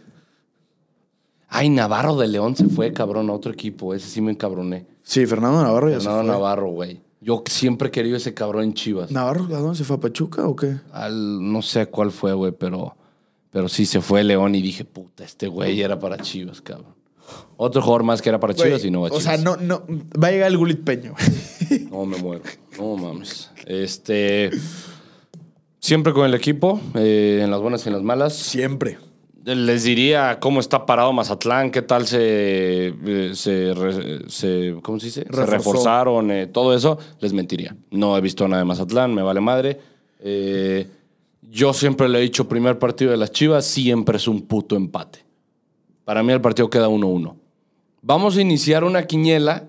S2: Ay, Navarro de León se fue, cabrón, a otro equipo. Ese sí me encabroné.
S1: Sí, Fernando Navarro ya
S2: Fernando
S1: se fue.
S2: Navarro, güey. Yo siempre he querido ese cabrón en Chivas.
S1: ¿Navarro a dónde se fue? ¿A Pachuca o qué?
S2: Al- no sé cuál fue, güey, pero, pero sí se fue León y dije, puta, este güey era para Chivas, cabrón. Otro jugador más que era para Chivas
S1: Güey,
S2: y no va a
S1: O
S2: Chivas.
S1: sea, no, no, va a llegar el Gulit Peña, güey.
S2: No, me muero. No mames. Este. Siempre con el equipo, eh, en las buenas y en las malas.
S1: Siempre.
S2: Les diría cómo está parado Mazatlán, qué tal se, eh, se, re- se- ¿cómo se dice? Se
S1: Reforzó.
S2: reforzaron, eh, todo eso, les mentiría. No he visto nada de Mazatlán, me vale madre. Eh, yo siempre le he dicho, primer partido de las Chivas siempre es un puto empate. Para mí el partido queda 1-1. Vamos a iniciar una quiñela.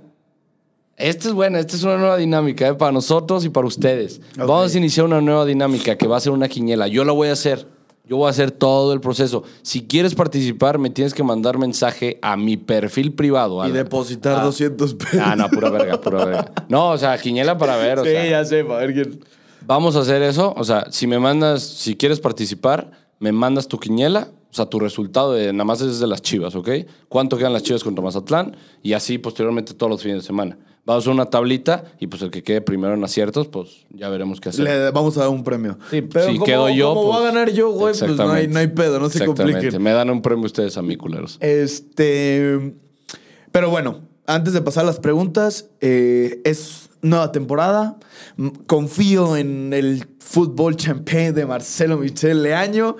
S2: Esta es buena, esta es una nueva dinámica eh, para nosotros y para ustedes. Vamos a iniciar una nueva dinámica que va a ser una quiñela. Yo la voy a hacer. Yo voy a hacer todo el proceso. Si quieres participar, me tienes que mandar mensaje a mi perfil privado. a
S1: Y
S2: la-
S1: depositar
S2: a-
S1: 200 pesos.
S2: Ah, no, pura verga, pura verga. No, o sea, quiñela para ver. O
S1: sí,
S2: sea,
S1: ya sé, a ver quién.
S2: Vamos a hacer eso. O sea, si me mandas, si quieres participar, me mandas tu quiñela. O sea, tu resultado de nada más es de las chivas, ¿ok? ¿Cuánto quedan las chivas contra Mazatlán? Y así posteriormente todos los fines de semana. Vamos a hacer una tablita y pues el que quede primero en aciertos, pues ya veremos qué hacer.
S1: Le vamos a dar un premio.
S2: Sí, si quedo yo.
S1: Como
S2: pues,
S1: voy a ganar yo, güey, pues no hay,
S2: exactamente.
S1: no hay pedo, no se
S2: Exactamente.
S1: compliquen.
S2: Me dan un premio ustedes a mí, culeros.
S1: Este. Pero bueno, antes de pasar a las preguntas, eh, es nueva temporada. M- Confío en el fútbol champagne de Marcelo Michel Leaño.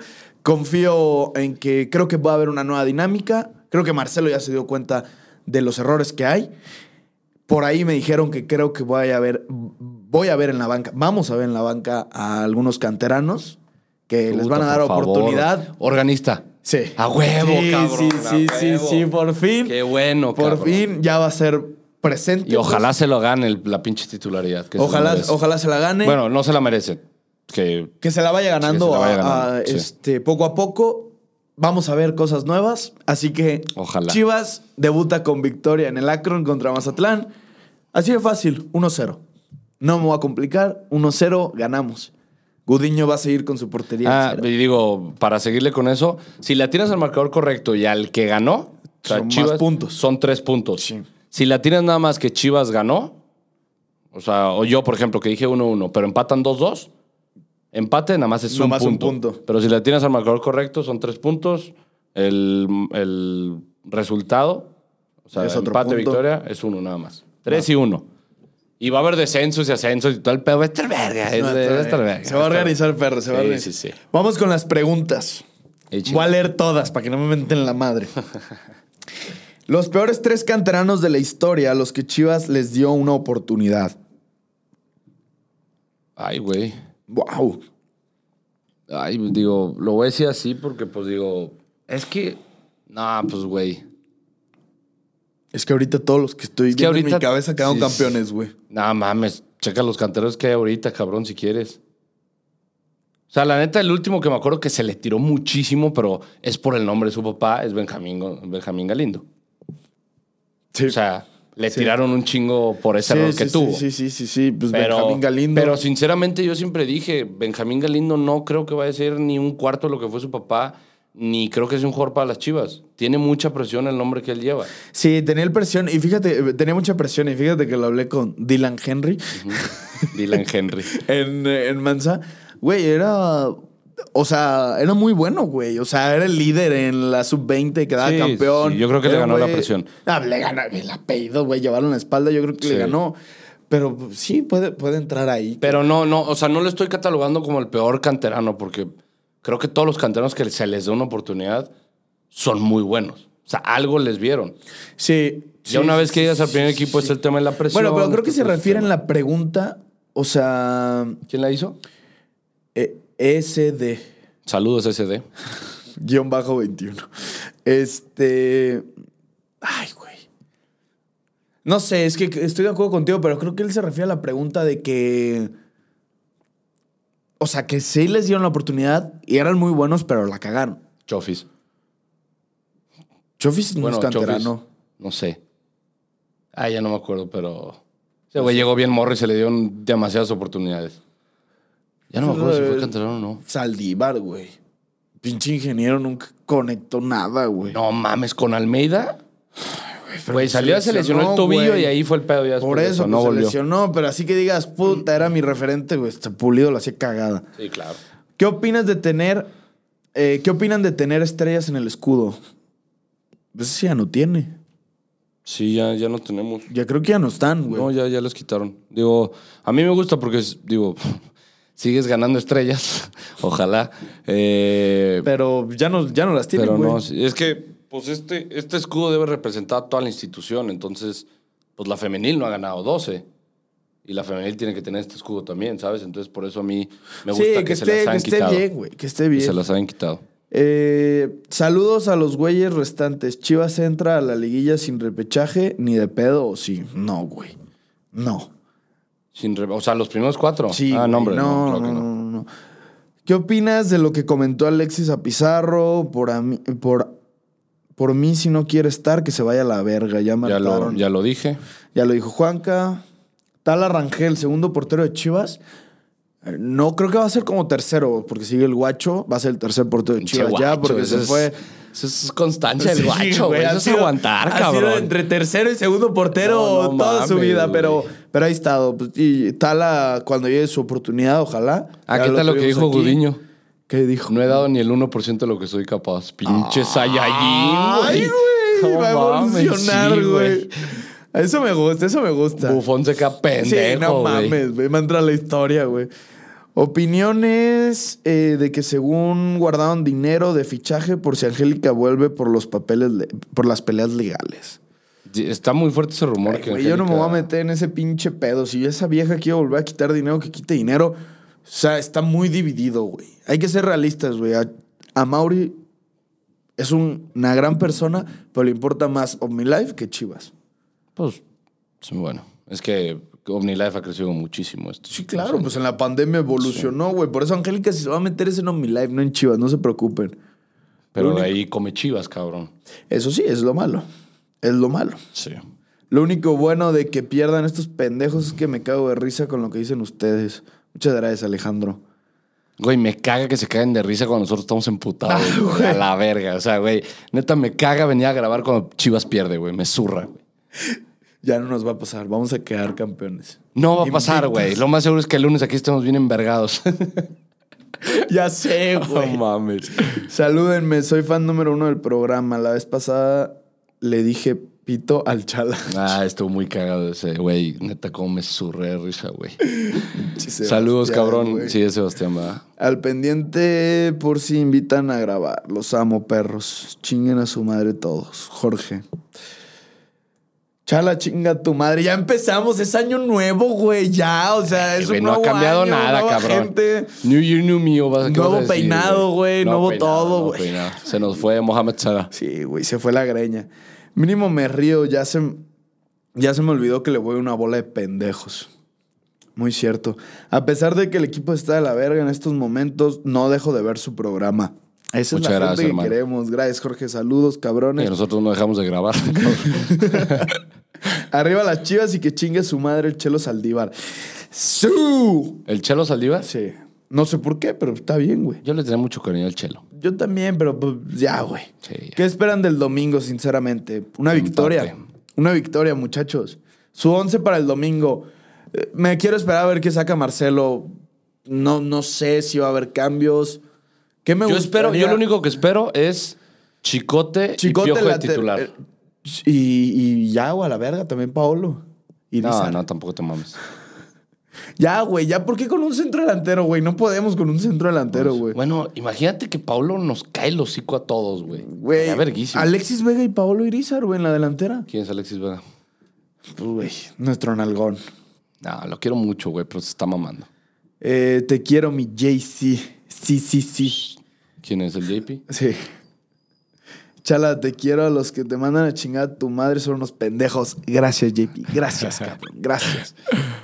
S1: Confío en que creo que va a haber una nueva dinámica. Creo que Marcelo ya se dio cuenta de los errores que hay. Por ahí me dijeron que creo que voy a ver, voy a ver en la banca, vamos a ver en la banca a algunos canteranos que Eh, les van a
S2: Puta,
S1: dar
S2: por favor.
S1: oportunidad.
S2: Organista.
S1: Sí.
S2: A huevo,
S1: sí,
S2: cabrón,
S1: Sí,
S2: a
S1: sí, sí,
S2: huevo.
S1: sí, por fin.
S2: Qué bueno,
S1: Por
S2: cabrón.
S1: fin ya va a ser presente. pues.
S2: Y ojalá se lo gane el- la pinche titularidad. que se
S1: Ojalá,
S2: merece.
S1: ojalá se la gane.
S2: Bueno, no se la merece. Que
S1: que se la vaya ganando,
S2: que se la
S1: a-
S2: vaya
S1: a,
S2: ganando, sí.
S1: este, poco a poco. Vamos a ver cosas nuevas. Así que
S2: Ojalá.
S1: Chivas debuta con victoria en el Akron contra Mazatlán. Así de fácil, 1-0. No me voy a complicar, 1-0, ganamos. Gudiño va a seguir con su portería.
S2: Ah,
S1: cero.
S2: y digo, para seguirle con eso, si la tiras al marcador correcto y al que ganó, o sea,
S1: Son más
S2: Chivas,
S1: puntos.
S2: Son tres puntos.
S1: Sí.
S2: Si la tiras nada más que Chivas ganó, o sea, o yo, por ejemplo, que dije 1-1, pero empatan 2-2, empate nada más es
S1: Nomás
S2: un,
S1: un
S2: punto.
S1: punto.
S2: Pero si la tiras al marcador correcto, son tres puntos. El, el resultado, o sea,
S1: Es otro
S2: empate,
S1: punto.
S2: victoria, es uno nada más. Tres y uno. Y va a haber descensos y ascensos y todo el pedo. Va a estar verga. es-
S1: No,
S2: va a
S1: está
S2: estar
S1: bien.
S2: verga.
S1: se va a
S2: estar-
S1: organizar, perro, se va a
S2: Sí,
S1: organizar.
S2: sí, sí.
S1: Vamos con las preguntas.
S2: Échale.
S1: Voy a leer todas para que no me menten la madre. Los peores tres canteranos de la historia a los que Chivas les dio una oportunidad.
S2: Ay, güey.
S1: ¡Wow!
S2: Ay, digo, lo voy a decir así porque, pues, digo, es que. No, pues, güey.
S1: Es que ahorita todos los que estoy
S2: que
S1: viendo en
S2: ahorita-
S1: mi cabeza quedaron
S2: sí,
S1: campeones, güey.
S2: No mames, checa los canteros que hay ahorita, cabrón, si quieres. O sea, la neta, el último que me acuerdo que se le tiró muchísimo, pero es por el nombre de su papá, es Benjamín, Go- Benjamín Galindo.
S1: Sí.
S2: O sea, le
S1: Sí.
S2: tiraron un chingo por ese
S1: Sí,
S2: error
S1: sí,
S2: que
S1: sí,
S2: tuvo.
S1: Sí, sí, sí, sí. Pues
S2: Pero,
S1: Benjamín Galindo.
S2: pero sinceramente yo siempre dije, Benjamín Galindo no creo que vaya a ser ni un cuarto de lo que fue su papá, ni creo que sea un jugador para las Chivas. Tiene mucha presión el nombre que él lleva.
S1: Sí, tenía el presión y fíjate, eh, tenía mucha presión y fíjate que lo hablé con Dylan Henry
S2: Dylan Henry.
S1: en, en Mansa. Güey, era... O sea, era muy bueno, güey. O sea, era el líder en la sub-20, quedaba
S2: Sí,
S1: campeón.
S2: sí, yo creo que le
S1: Era,
S2: ganó la
S1: güey-
S2: presión.
S1: Ah, le ganó el apellido, güey. Llevaron la espalda, yo creo que le
S2: Sí.
S1: ganó. Pero pues, sí, puede, puede entrar ahí.
S2: Pero no, no, o sea, no lo estoy catalogando como el peor canterano, porque creo que todos los canteranos que se les da una oportunidad son muy buenos. O sea, algo les vieron.
S1: Sí. sí,
S2: ya una vez
S1: sí,
S2: que llegas al primer
S1: sí,
S2: equipo
S1: sí.
S2: es el tema de la presión.
S1: Bueno, pero creo que se
S2: todo ese
S1: refiere en
S2: tema.
S1: la pregunta, o sea,
S2: ¿Quién la hizo?
S1: eh, SD,
S2: Saludos, SD.
S1: guión bajo 21. Este... Ay, güey. No sé, es que estoy de acuerdo contigo, pero creo que él se refiere a la pregunta de que... O sea, que sí les dieron la oportunidad y eran muy buenos, pero la cagaron.
S2: Chofis.
S1: Chofis no
S2: Bueno,
S1: es
S2: Chofis,
S1: canterano.
S2: No sé. Ah, ya no me acuerdo, pero. Ese güey llegó bien morro y se le dieron demasiadas oportunidades. Ya no me acuerdo si
S1: Eh,
S2: fue canterano o no.
S1: Saldívar, güey. Pinche ingeniero nunca conectó nada, güey.
S2: No mames, con Almeida.
S1: pero
S2: Güey,
S1: se
S2: salió, se lesionó el
S1: lesionó,
S2: tobillo
S1: güey.
S2: y ahí fue el pedo. Ya después
S1: Por
S2: de
S1: eso,
S2: no
S1: pues, se
S2: volvió.
S1: lesionó, pero así que digas, puta, era mi referente, güey. Este pulido lo hacía cagada.
S2: Sí, claro.
S1: ¿Qué opinas de tener. eh, ¿Qué opinan de tener estrellas en el escudo? Pues sí, ya no tiene.
S2: Sí, ya, ya no tenemos.
S1: Ya creo que ya no están, güey.
S2: No, ya, ya los quitaron. Digo, a mí me gusta porque, es- digo, sigues ganando estrellas. Ojalá. Eh,
S1: pero ya no, ya no las tienen,
S2: pero
S1: güey.
S2: no, sí, es que, pues este, este escudo debe representar a toda la institución. Entonces, pues la femenil no ha ganado 12. Y la femenil tiene que tener este escudo también, ¿sabes? Entonces, por eso a mí me
S1: sí,
S2: gusta
S1: que,
S2: que, se
S1: esté, que
S2: las hayan
S1: esté
S2: quitado.
S1: bien, güey. Que esté
S2: que
S1: bien.
S2: se las hayan quitado.
S1: Eh, saludos a los güeyes restantes. Chivas entra a la liguilla sin repechaje, ni de pedo, o sí. No, güey. No.
S2: Sin re- o sea, los primeros cuatro.
S1: Sí,
S2: ah,
S1: güey,
S2: no, hombre, no,
S1: no,
S2: creo que
S1: no,
S2: no.
S1: no, no. ¿Qué opinas de lo que comentó Alexis a Pizarro? Por, a mí- por, por mí, si no quiere estar, que se vaya a la verga. Ya
S2: Ya lo,
S1: mataron. Ya lo,
S2: ya lo dije.
S1: dijo Juanca. Tal Arrangel, segundo portero de Chivas. Eh, No, creo que va a ser como tercero, porque sigue el guacho. Va a ser el tercer portero de
S2: Pinche
S1: Chivas ya,
S2: guacho,
S1: porque
S2: eso
S1: se
S2: es-
S1: fue.
S2: Eso es constancia del
S1: Sí,
S2: guacho, güey.
S1: ha
S2: Eso es
S1: sido-
S2: aguantar,
S1: ha
S2: cabrón.
S1: sido entre tercero y segundo portero
S2: No, no
S1: toda su
S2: mames,
S1: vida, pero,
S2: güey.
S1: pero ahí ha estado. Pues, Y Tala, cuando llegue su oportunidad, ojalá.
S2: Ah,
S1: Ya
S2: ¿qué tal lo que
S1: tuvimos
S2: dijo
S1: aquí.
S2: Gudiño?
S1: ¿Qué dijo?
S2: No he dado ni el 1% de lo que soy capaz. Pinche Saiyajin, güey.
S1: Ah, Ay, güey.
S2: No
S1: va a
S2: mames,
S1: evolucionar,
S2: sí,
S1: güey. Eso me gusta, eso me gusta.
S2: Bufón se queda pendejo,
S1: sí, no
S2: güey.
S1: mames, güey. Me entra la historia, güey. Opiniones eh, de que según guardaron dinero de fichaje por si Angélica vuelve por los papeles, le- por las peleas legales.
S2: Sí, Está muy fuerte ese rumor
S1: Ay,
S2: que
S1: güey, yo no me voy a
S2: Angélica-
S1: meter en ese pinche pedo. Si esa vieja quiere volver a quitar dinero, que quite dinero. O sea, está muy dividido, güey. Hay que ser realistas, güey. A, a Mauri es un- una gran persona, pero le importa más OmniLife que Chivas.
S2: Pues, sí, bueno. Es que OmniLife ha crecido muchísimo. Esto.
S1: Sí, claro, pues en la pandemia evolucionó, güey. Por eso Angélica si se va a meter es en OmniLife, no en Chivas, no se preocupen.
S2: Pero de ahí come chivas, cabrón.
S1: Eso sí, es lo malo. Es lo malo.
S2: Sí.
S1: Lo único bueno de que pierdan estos pendejos es que me cago de risa con lo que dicen ustedes. Muchas gracias, Alejandro.
S2: Güey, me caga que se caguen de risa cuando nosotros estamos emputados.
S1: Ah,
S2: güey,
S1: güey.
S2: a la verga. O sea, güey, neta me caga venir a grabar cuando Chivas pierde, güey. Me zurra, güey.
S1: Ya no nos va a pasar, vamos a quedar campeones.
S2: No va a pasar,
S1: Invictos.
S2: güey. Lo más seguro es que el lunes aquí estemos bien envergados.
S1: Ya sé,
S2: Ah, No
S1: güey.
S2: mames.
S1: Salúdenme, soy fan número uno del programa. La vez pasada le dije pito al chala.
S2: Ah, estuvo muy cagado ese, güey. Neta, cómo me zurré de risa, güey.
S1: Sí, Sebastián,
S2: Saludos, cabrón.
S1: güey.
S2: Sí, es Sebastián, va.
S1: Al pendiente por si invitan a grabar. Los amo, perros. Chinguen a su madre todos. Jorge. Chala, chinga a tu madre. Ya empezamos, es año nuevo, güey. Ya, o sea, es
S2: Güey,
S1: un
S2: no ha
S1: nuevo
S2: cambiado
S1: año,
S2: nada,
S1: nueva
S2: cabrón.
S1: gente.
S2: New Year, New Me. ¿o vas- qué
S1: Nuevo
S2: vas a decir,
S1: peinado, güey, nuevo todo, güey.
S2: peinado. Se nos fue Mohamed Salah.
S1: Sí, güey, se fue la greña. Mínimo me río, ya se, ya se me olvidó que le voy a una bola de pendejos. Muy cierto. A pesar de que el equipo está de la verga en estos momentos, no dejo de ver su programa. Esa es
S2: Muchas
S1: la
S2: gracias,
S1: gente que
S2: hermano.
S1: queremos. Gracias, Jorge. Saludos,
S2: Y
S1: cabrones.
S2: nosotros no dejamos de grabar.
S1: Arriba las chivas y que chingue su madre el Chelo Saldívar. ¡Su!
S2: ¿El Chelo Saldívar?
S1: Sí. No sé por qué, pero está bien, güey.
S2: Yo le tenía mucho cariño al Chelo.
S1: Yo también, pero pues, ya, güey.
S2: Sí.
S1: ¿Qué esperan del domingo, sinceramente? Una victoria.
S2: Empate.
S1: Una victoria, muchachos. Su once para el domingo. Eh, Me quiero esperar a ver qué saca Marcelo. No, no sé si va a haber cambios. ¿Qué me
S2: Yo espero, yo
S1: gustaría?
S2: lo único que espero es Chicote,
S1: Chicote
S2: y Piojo de
S1: la te-
S2: titular.
S1: eh, Y, y ya, güey, a la verga, también Paolo. Y
S2: no,
S1: Lizarra.
S2: no, tampoco te mames.
S1: Ya, güey, ya, ¿por qué con un centro delantero, güey? No podemos con un centro delantero,
S2: Pues,
S1: güey.
S2: Bueno, imagínate que Paulo nos cae el hocico a todos, güey.
S1: Güey,
S2: Estaría verguísimo.
S1: Alexis Vega y Paolo Irizar, güey, en la delantera.
S2: ¿Quién es Alexis Vega?
S1: Pues, güey, nuestro nalgón.
S2: No, lo quiero mucho, güey, pero se está mamando.
S1: Eh, te quiero, mi JC. Sí, sí, sí.
S2: ¿Quién es el JP?
S1: Sí. Chala, te quiero a los que te mandan a chingar a tu madre son unos pendejos. Gracias, JP. Gracias, cabrón. Gracias.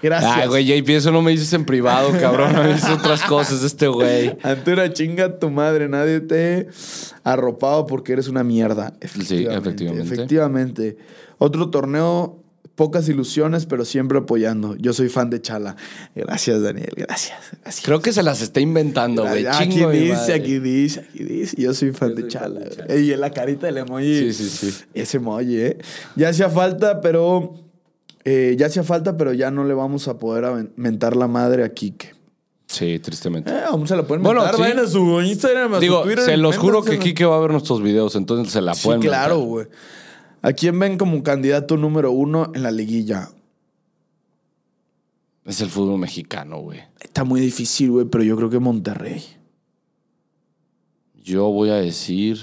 S1: Gracias.
S2: Ay, Ah, güey, JP, eso no me dices en privado, cabrón. Me dices otras cosas este güey.
S1: Antura, chinga a tu madre. Nadie te ha arropado porque eres una mierda.
S2: efectivamente.
S1: Efectivamente. Otro torneo, pocas ilusiones, pero siempre apoyando. Yo soy fan de Chala. Gracias, Daniel. Gracias. gracias.
S2: Creo que se las está inventando, güey.
S1: Ah,
S2: Chingo
S1: aquí
S2: mi
S1: dice,
S2: madre.
S1: aquí dice, aquí dice. Yo soy fan
S2: Yo
S1: de
S2: soy
S1: Chala.
S2: fan de Chala.
S1: güey. Y en la carita del emoji.
S2: Sí, sí, sí.
S1: Ese emoji, ¿eh? Ya hacía falta, pero... eh, ya hacía falta, pero ya no le vamos a poder aven- mentar la madre a Quique.
S2: Sí, tristemente.
S1: Eh, aún se la pueden
S2: Bueno,
S1: mentar.
S2: sí.
S1: Vayan a su Instagram, a su
S2: Digo,
S1: Twitter.
S2: se los juro que
S1: métansela.
S2: Kike va a ver nuestros videos, entonces se la
S1: Sí,
S2: pueden
S1: claro,
S2: mentar.
S1: güey. ¿A quién ven como candidato número uno en la liguilla?
S2: Es el fútbol mexicano, güey.
S1: Está muy difícil, güey, pero yo creo que Monterrey.
S2: Yo voy a decir...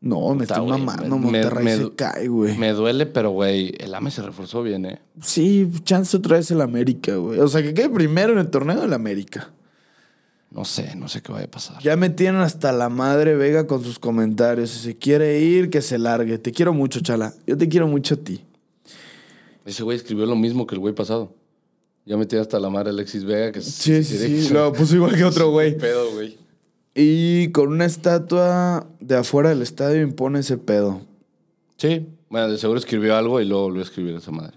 S1: No, me
S2: Puta,
S1: estoy
S2: güey,
S1: mamando.
S2: me-
S1: Monterrey
S2: me-
S1: se cae, güey.
S2: Me duele, pero, güey, el AME se reforzó bien, ¿eh?
S1: Sí, chance otra vez el América, güey. O sea, que quede primero en el torneo del América.
S2: No sé, no sé qué vaya a pasar.
S1: Ya me tienen hasta la madre Vega con sus comentarios. Si se quiere ir, que se largue. Te quiero mucho, chala. Yo te quiero mucho a ti.
S2: Ese güey escribió lo mismo que el güey pasado. Ya metí hasta la madre Alexis Vega, que
S1: Sí, sí, sí. Lo puso igual que otro güey.
S2: pedo, güey.
S1: Y con una estatua de afuera del estadio impone ese pedo.
S2: Sí, bueno, de seguro escribió algo y luego volvió a escribir esa madre.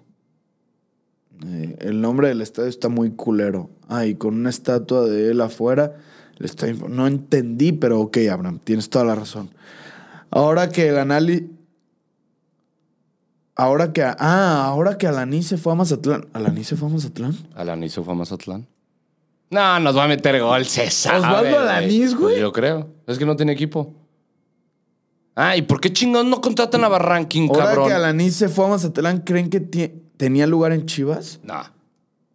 S1: Eh, el nombre del estadio está muy culero. Ah, y con una estatua de él afuera, el estadio impo- No entendí, pero ok, Abraham, tienes toda la razón. Ahora que el análisis. Ahora que. a- Ah, ahora que Alaní se fue a Mazatlán. ¿Alaní se fue a Mazatlán?
S2: ¿Alaniso fue a Mazatlán? No, nos va a meter gol, se sabe,
S1: Osvaldo
S2: güey.
S1: Alanís, güey.
S2: Pues yo creo. Es que no tiene equipo. Ah, ¿y por qué chingados no contratan a Barranquín,
S1: Ahora
S2: cabrón?
S1: que Alaní se fue a Mazatlán, ¿creen que tie- tenía lugar en Chivas?
S2: Nah,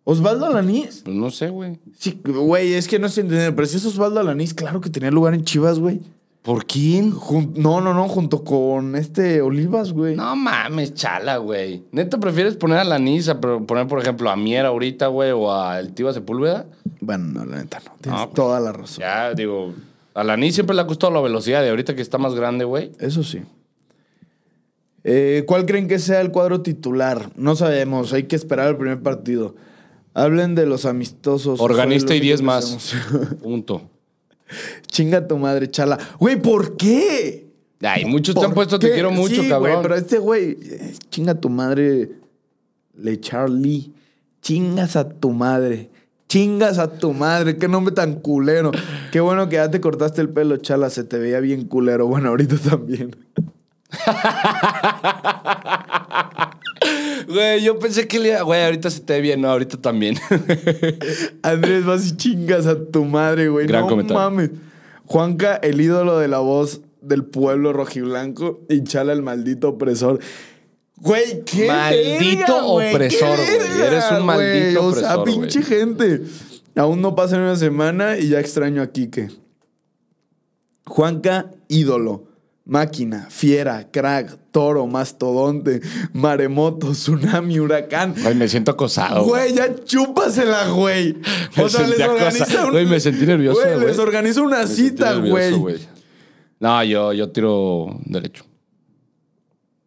S1: ¿Osvaldo Alanís?
S2: pues no sé, güey.
S1: Sí, güey, es que no se entiende. Pero si es Osvaldo Alanís, claro que tenía lugar en Chivas, güey.
S2: ¿Por quién?
S1: Jun- no, no, no, junto con este Olivas, güey.
S2: No mames, chala, güey. Neta, ¿prefieres poner a Alanis a pro- poner, por ejemplo, a Miera ahorita, güey, o a El Tiva Sepúlveda?
S1: Bueno, no, la neta no. Tienes
S2: No, pues.
S1: toda la razón.
S2: Ya, digo, a Alanis siempre le ha gustado la velocidad y ahorita que está más grande, güey.
S1: Eso sí. Eh, ¿Cuál creen que sea el cuadro titular? No sabemos. Hay que esperar el primer partido. Hablen de los amistosos.
S2: Organista
S1: Soy
S2: y
S1: lo
S2: 10
S1: único que
S2: más.
S1: sabemos.
S2: Punto.
S1: Chinga tu madre, chala. Güey, ¿por qué?
S2: Ay, muchos te
S1: ¿Por
S2: han puesto
S1: qué?
S2: te quiero mucho,
S1: Sí,
S2: cabrón.
S1: Güey, pero este güey, eh, chinga tu madre, Le Charlie. Chingas a tu madre. Chingas a tu madre. Qué nombre tan culero. Qué bueno que ya te cortaste el pelo, chala. Se te veía bien culero. Bueno, ahorita también.
S2: Güey, yo pensé que le iba- Güey, ahorita se te ve bien, no, ahorita también.
S1: Andrés, vas y chingas a tu madre, güey.
S2: Gran
S1: no
S2: comentario.
S1: mames. Juanca, el ídolo de la voz del pueblo rojiblanco. Y chala, el maldito opresor. Güey, qué
S2: Maldito
S1: verga, güey, qué
S2: opresor, güey. Eres un maldito
S1: O sea,
S2: opresor, güey.
S1: pinche gente. Aún no pasa ni una semana y ya extraño a Quique. Juanca, ídolo. Máquina, fiera, crack, toro, mastodonte, maremoto, tsunami, huracán.
S2: Güey, me siento acosado.
S1: Güey, ya chúpasela, güey.
S2: Me
S1: O sea, les
S2: sentí
S1: organiza
S2: acosa-
S1: un...
S2: Güey, me sentí nervioso,
S1: Güey, les
S2: güey.
S1: organiza una
S2: Me sentí
S1: cita,
S2: nervioso,
S1: güey.
S2: No, yo, yo tiro derecho.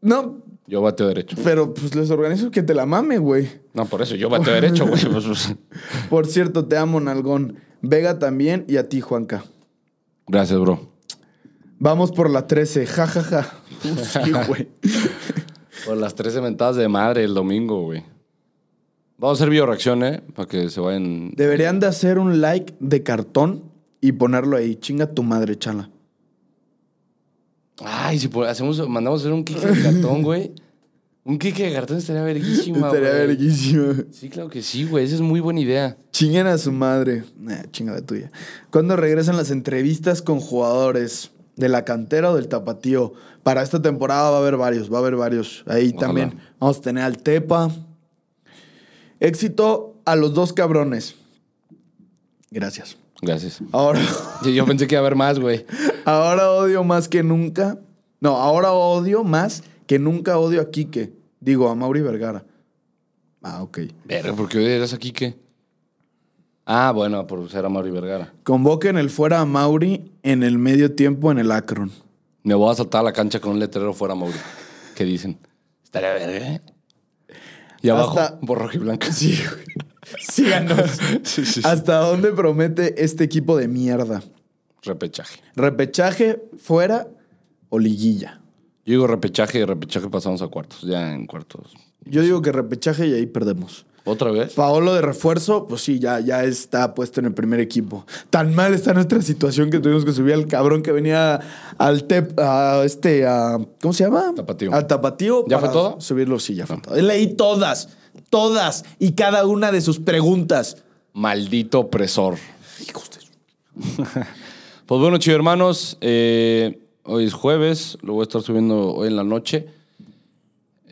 S1: No,
S2: Yo bateo derecho.
S1: pero pues les organizo que te la mame, güey.
S2: No, por eso, yo bateo derecho, güey. Pues, pues,
S1: Por cierto, te amo, Nalgón. Vega también y a ti, Juanca.
S2: Gracias, bro.
S1: Vamos por la 13, jajaja. Ja, ja. Uf, sí, güey.
S2: Por las 13 mentadas de madre el domingo, güey. Vamos a hacer bioreacción, ¿eh? Para que se vayan.
S1: Deberían de hacer un like de cartón y ponerlo ahí. Chinga tu madre, chala.
S2: Ay, si po- hacemos, mandamos hacer un kick de cartón, güey. Un kick de cartón estaría verguísima, güey.
S1: Estaría verguísimo.
S2: Sí, claro que sí, güey. Esa es muy buena idea.
S1: Chinguen a su madre. Nah, chinga la tuya. ¿Cuándo regresan las entrevistas con jugadores de la cantera o del tapatío? Para esta temporada va a haber varios, va a haber varios. Ahí
S2: Ojalá.
S1: también vamos a tener al Tepa. Éxito a los dos cabrones. Gracias.
S2: Gracias.
S1: Ahora,
S2: Yo, yo pensé que iba a haber más, güey.
S1: ahora odio más que nunca. No, ahora odio más que nunca odio a Quique. Digo, a Mauri Vergara. Ah, ok.
S2: Verga, ¿por qué hoy eres aquí qué? Ah, bueno, por ser a Mauri Vergara.
S1: Convoquen el fuera a Mauri en el medio tiempo en el Akron.
S2: Me voy a saltar a la cancha con un letrero fuera Mauri. ¿Qué dicen? Estaría verga, ¿eh? Y abajo,
S1: Hasta-
S2: por rojo y blanco. Sí,
S1: Síganos.
S2: sí, sí.
S1: ¿Hasta dónde promete este equipo de mierda?
S2: Repechaje.
S1: ¿Repechaje fuera o liguilla?
S2: Yo digo repechaje y repechaje pasamos a cuartos. Ya en cuartos.
S1: Yo digo que repechaje y ahí perdemos.
S2: ¿Otra vez?
S1: Paolo de refuerzo, pues sí, ya, ya está puesto en el primer equipo. Tan mal está nuestra situación que tuvimos que subir al cabrón que venía al TEP, a este, a, ¿cómo se llama?
S2: Tapatío.
S1: Al Tapatío.
S2: ¿Ya fue todo? Ah.
S1: Subirlo, sí, ya fue todo. Leí todas, todas y cada una de sus preguntas.
S2: Maldito opresor.
S1: Hijos de su-
S2: Pues bueno, chido hermanos, eh, hoy es jueves, lo voy a estar subiendo hoy en la noche.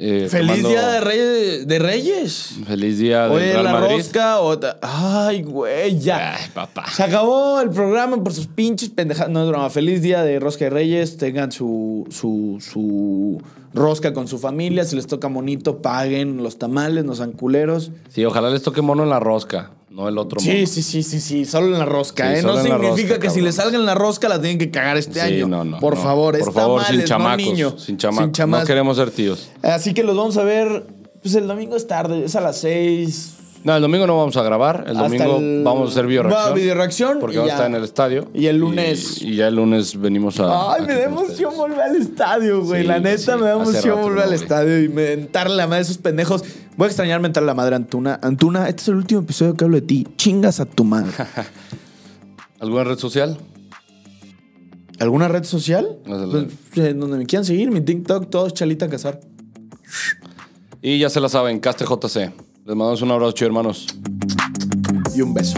S2: Eh,
S1: Feliz
S2: tomando-
S1: Día de Reyes. De Reyes.
S2: Feliz día del
S1: Oye,
S2: Real
S1: la
S2: Madrid.
S1: rosca o... ta- Ay, güey, ya.
S2: Ay, papá.
S1: Se acabó el programa por sus pinches pendejadas. No es broma. Feliz día de Rosca de Reyes. Tengan su, su, su rosca con su familia. Si les toca monito, paguen los tamales, no sean culeros.
S2: Sí, ojalá les toque mono en la rosca, no el otro mono.
S1: Sí, sí, sí, sí, sí. Solo en la rosca,
S2: Sí,
S1: ¿eh? No
S2: solo en la
S1: significa que
S2: rosca,
S1: si
S2: cabrón.
S1: les salga en la rosca, la tienen que cagar este
S2: Sí,
S1: año.
S2: no, no,
S1: por
S2: no.
S1: favor,
S2: por favor, sin chamacos,
S1: niño.
S2: sin chamacos. No queremos ser tíos.
S1: Así que los vamos a ver. Pues el domingo es tarde, es a las 6.
S2: No, el domingo no vamos a grabar, el
S1: Hasta
S2: domingo
S1: el-
S2: vamos a hacer bioreacción.
S1: Va, videoreacción y
S2: Porque vamos a
S1: ya.
S2: estar en el estadio.
S1: Y el lunes.
S2: Y, y ya el lunes venimos a...
S1: Ay,
S2: Ah, aquí
S1: me da
S2: con
S1: emoción
S2: ustedes.
S1: volver al estadio, güey.
S2: Sí,
S1: la neta,
S2: sí.
S1: me da
S2: Hace
S1: emoción
S2: rato
S1: volver
S2: no,
S1: al
S2: güey.
S1: estadio y mentar la madre de esos pendejos. Voy a extrañar mentar la madre a Antuna. Antuna, este es el último episodio que hablo de ti. Chingas a tu madre.
S2: ¿Alguna red social?
S1: ¿Alguna red social?
S2: No sé,
S1: Pues, eh, donde me quieran seguir, mi TikTok, todos Chalita Casar.
S2: Y ya se la saben, Caste JC. Les mandamos un abrazo, chido hermanos.
S1: Y un beso.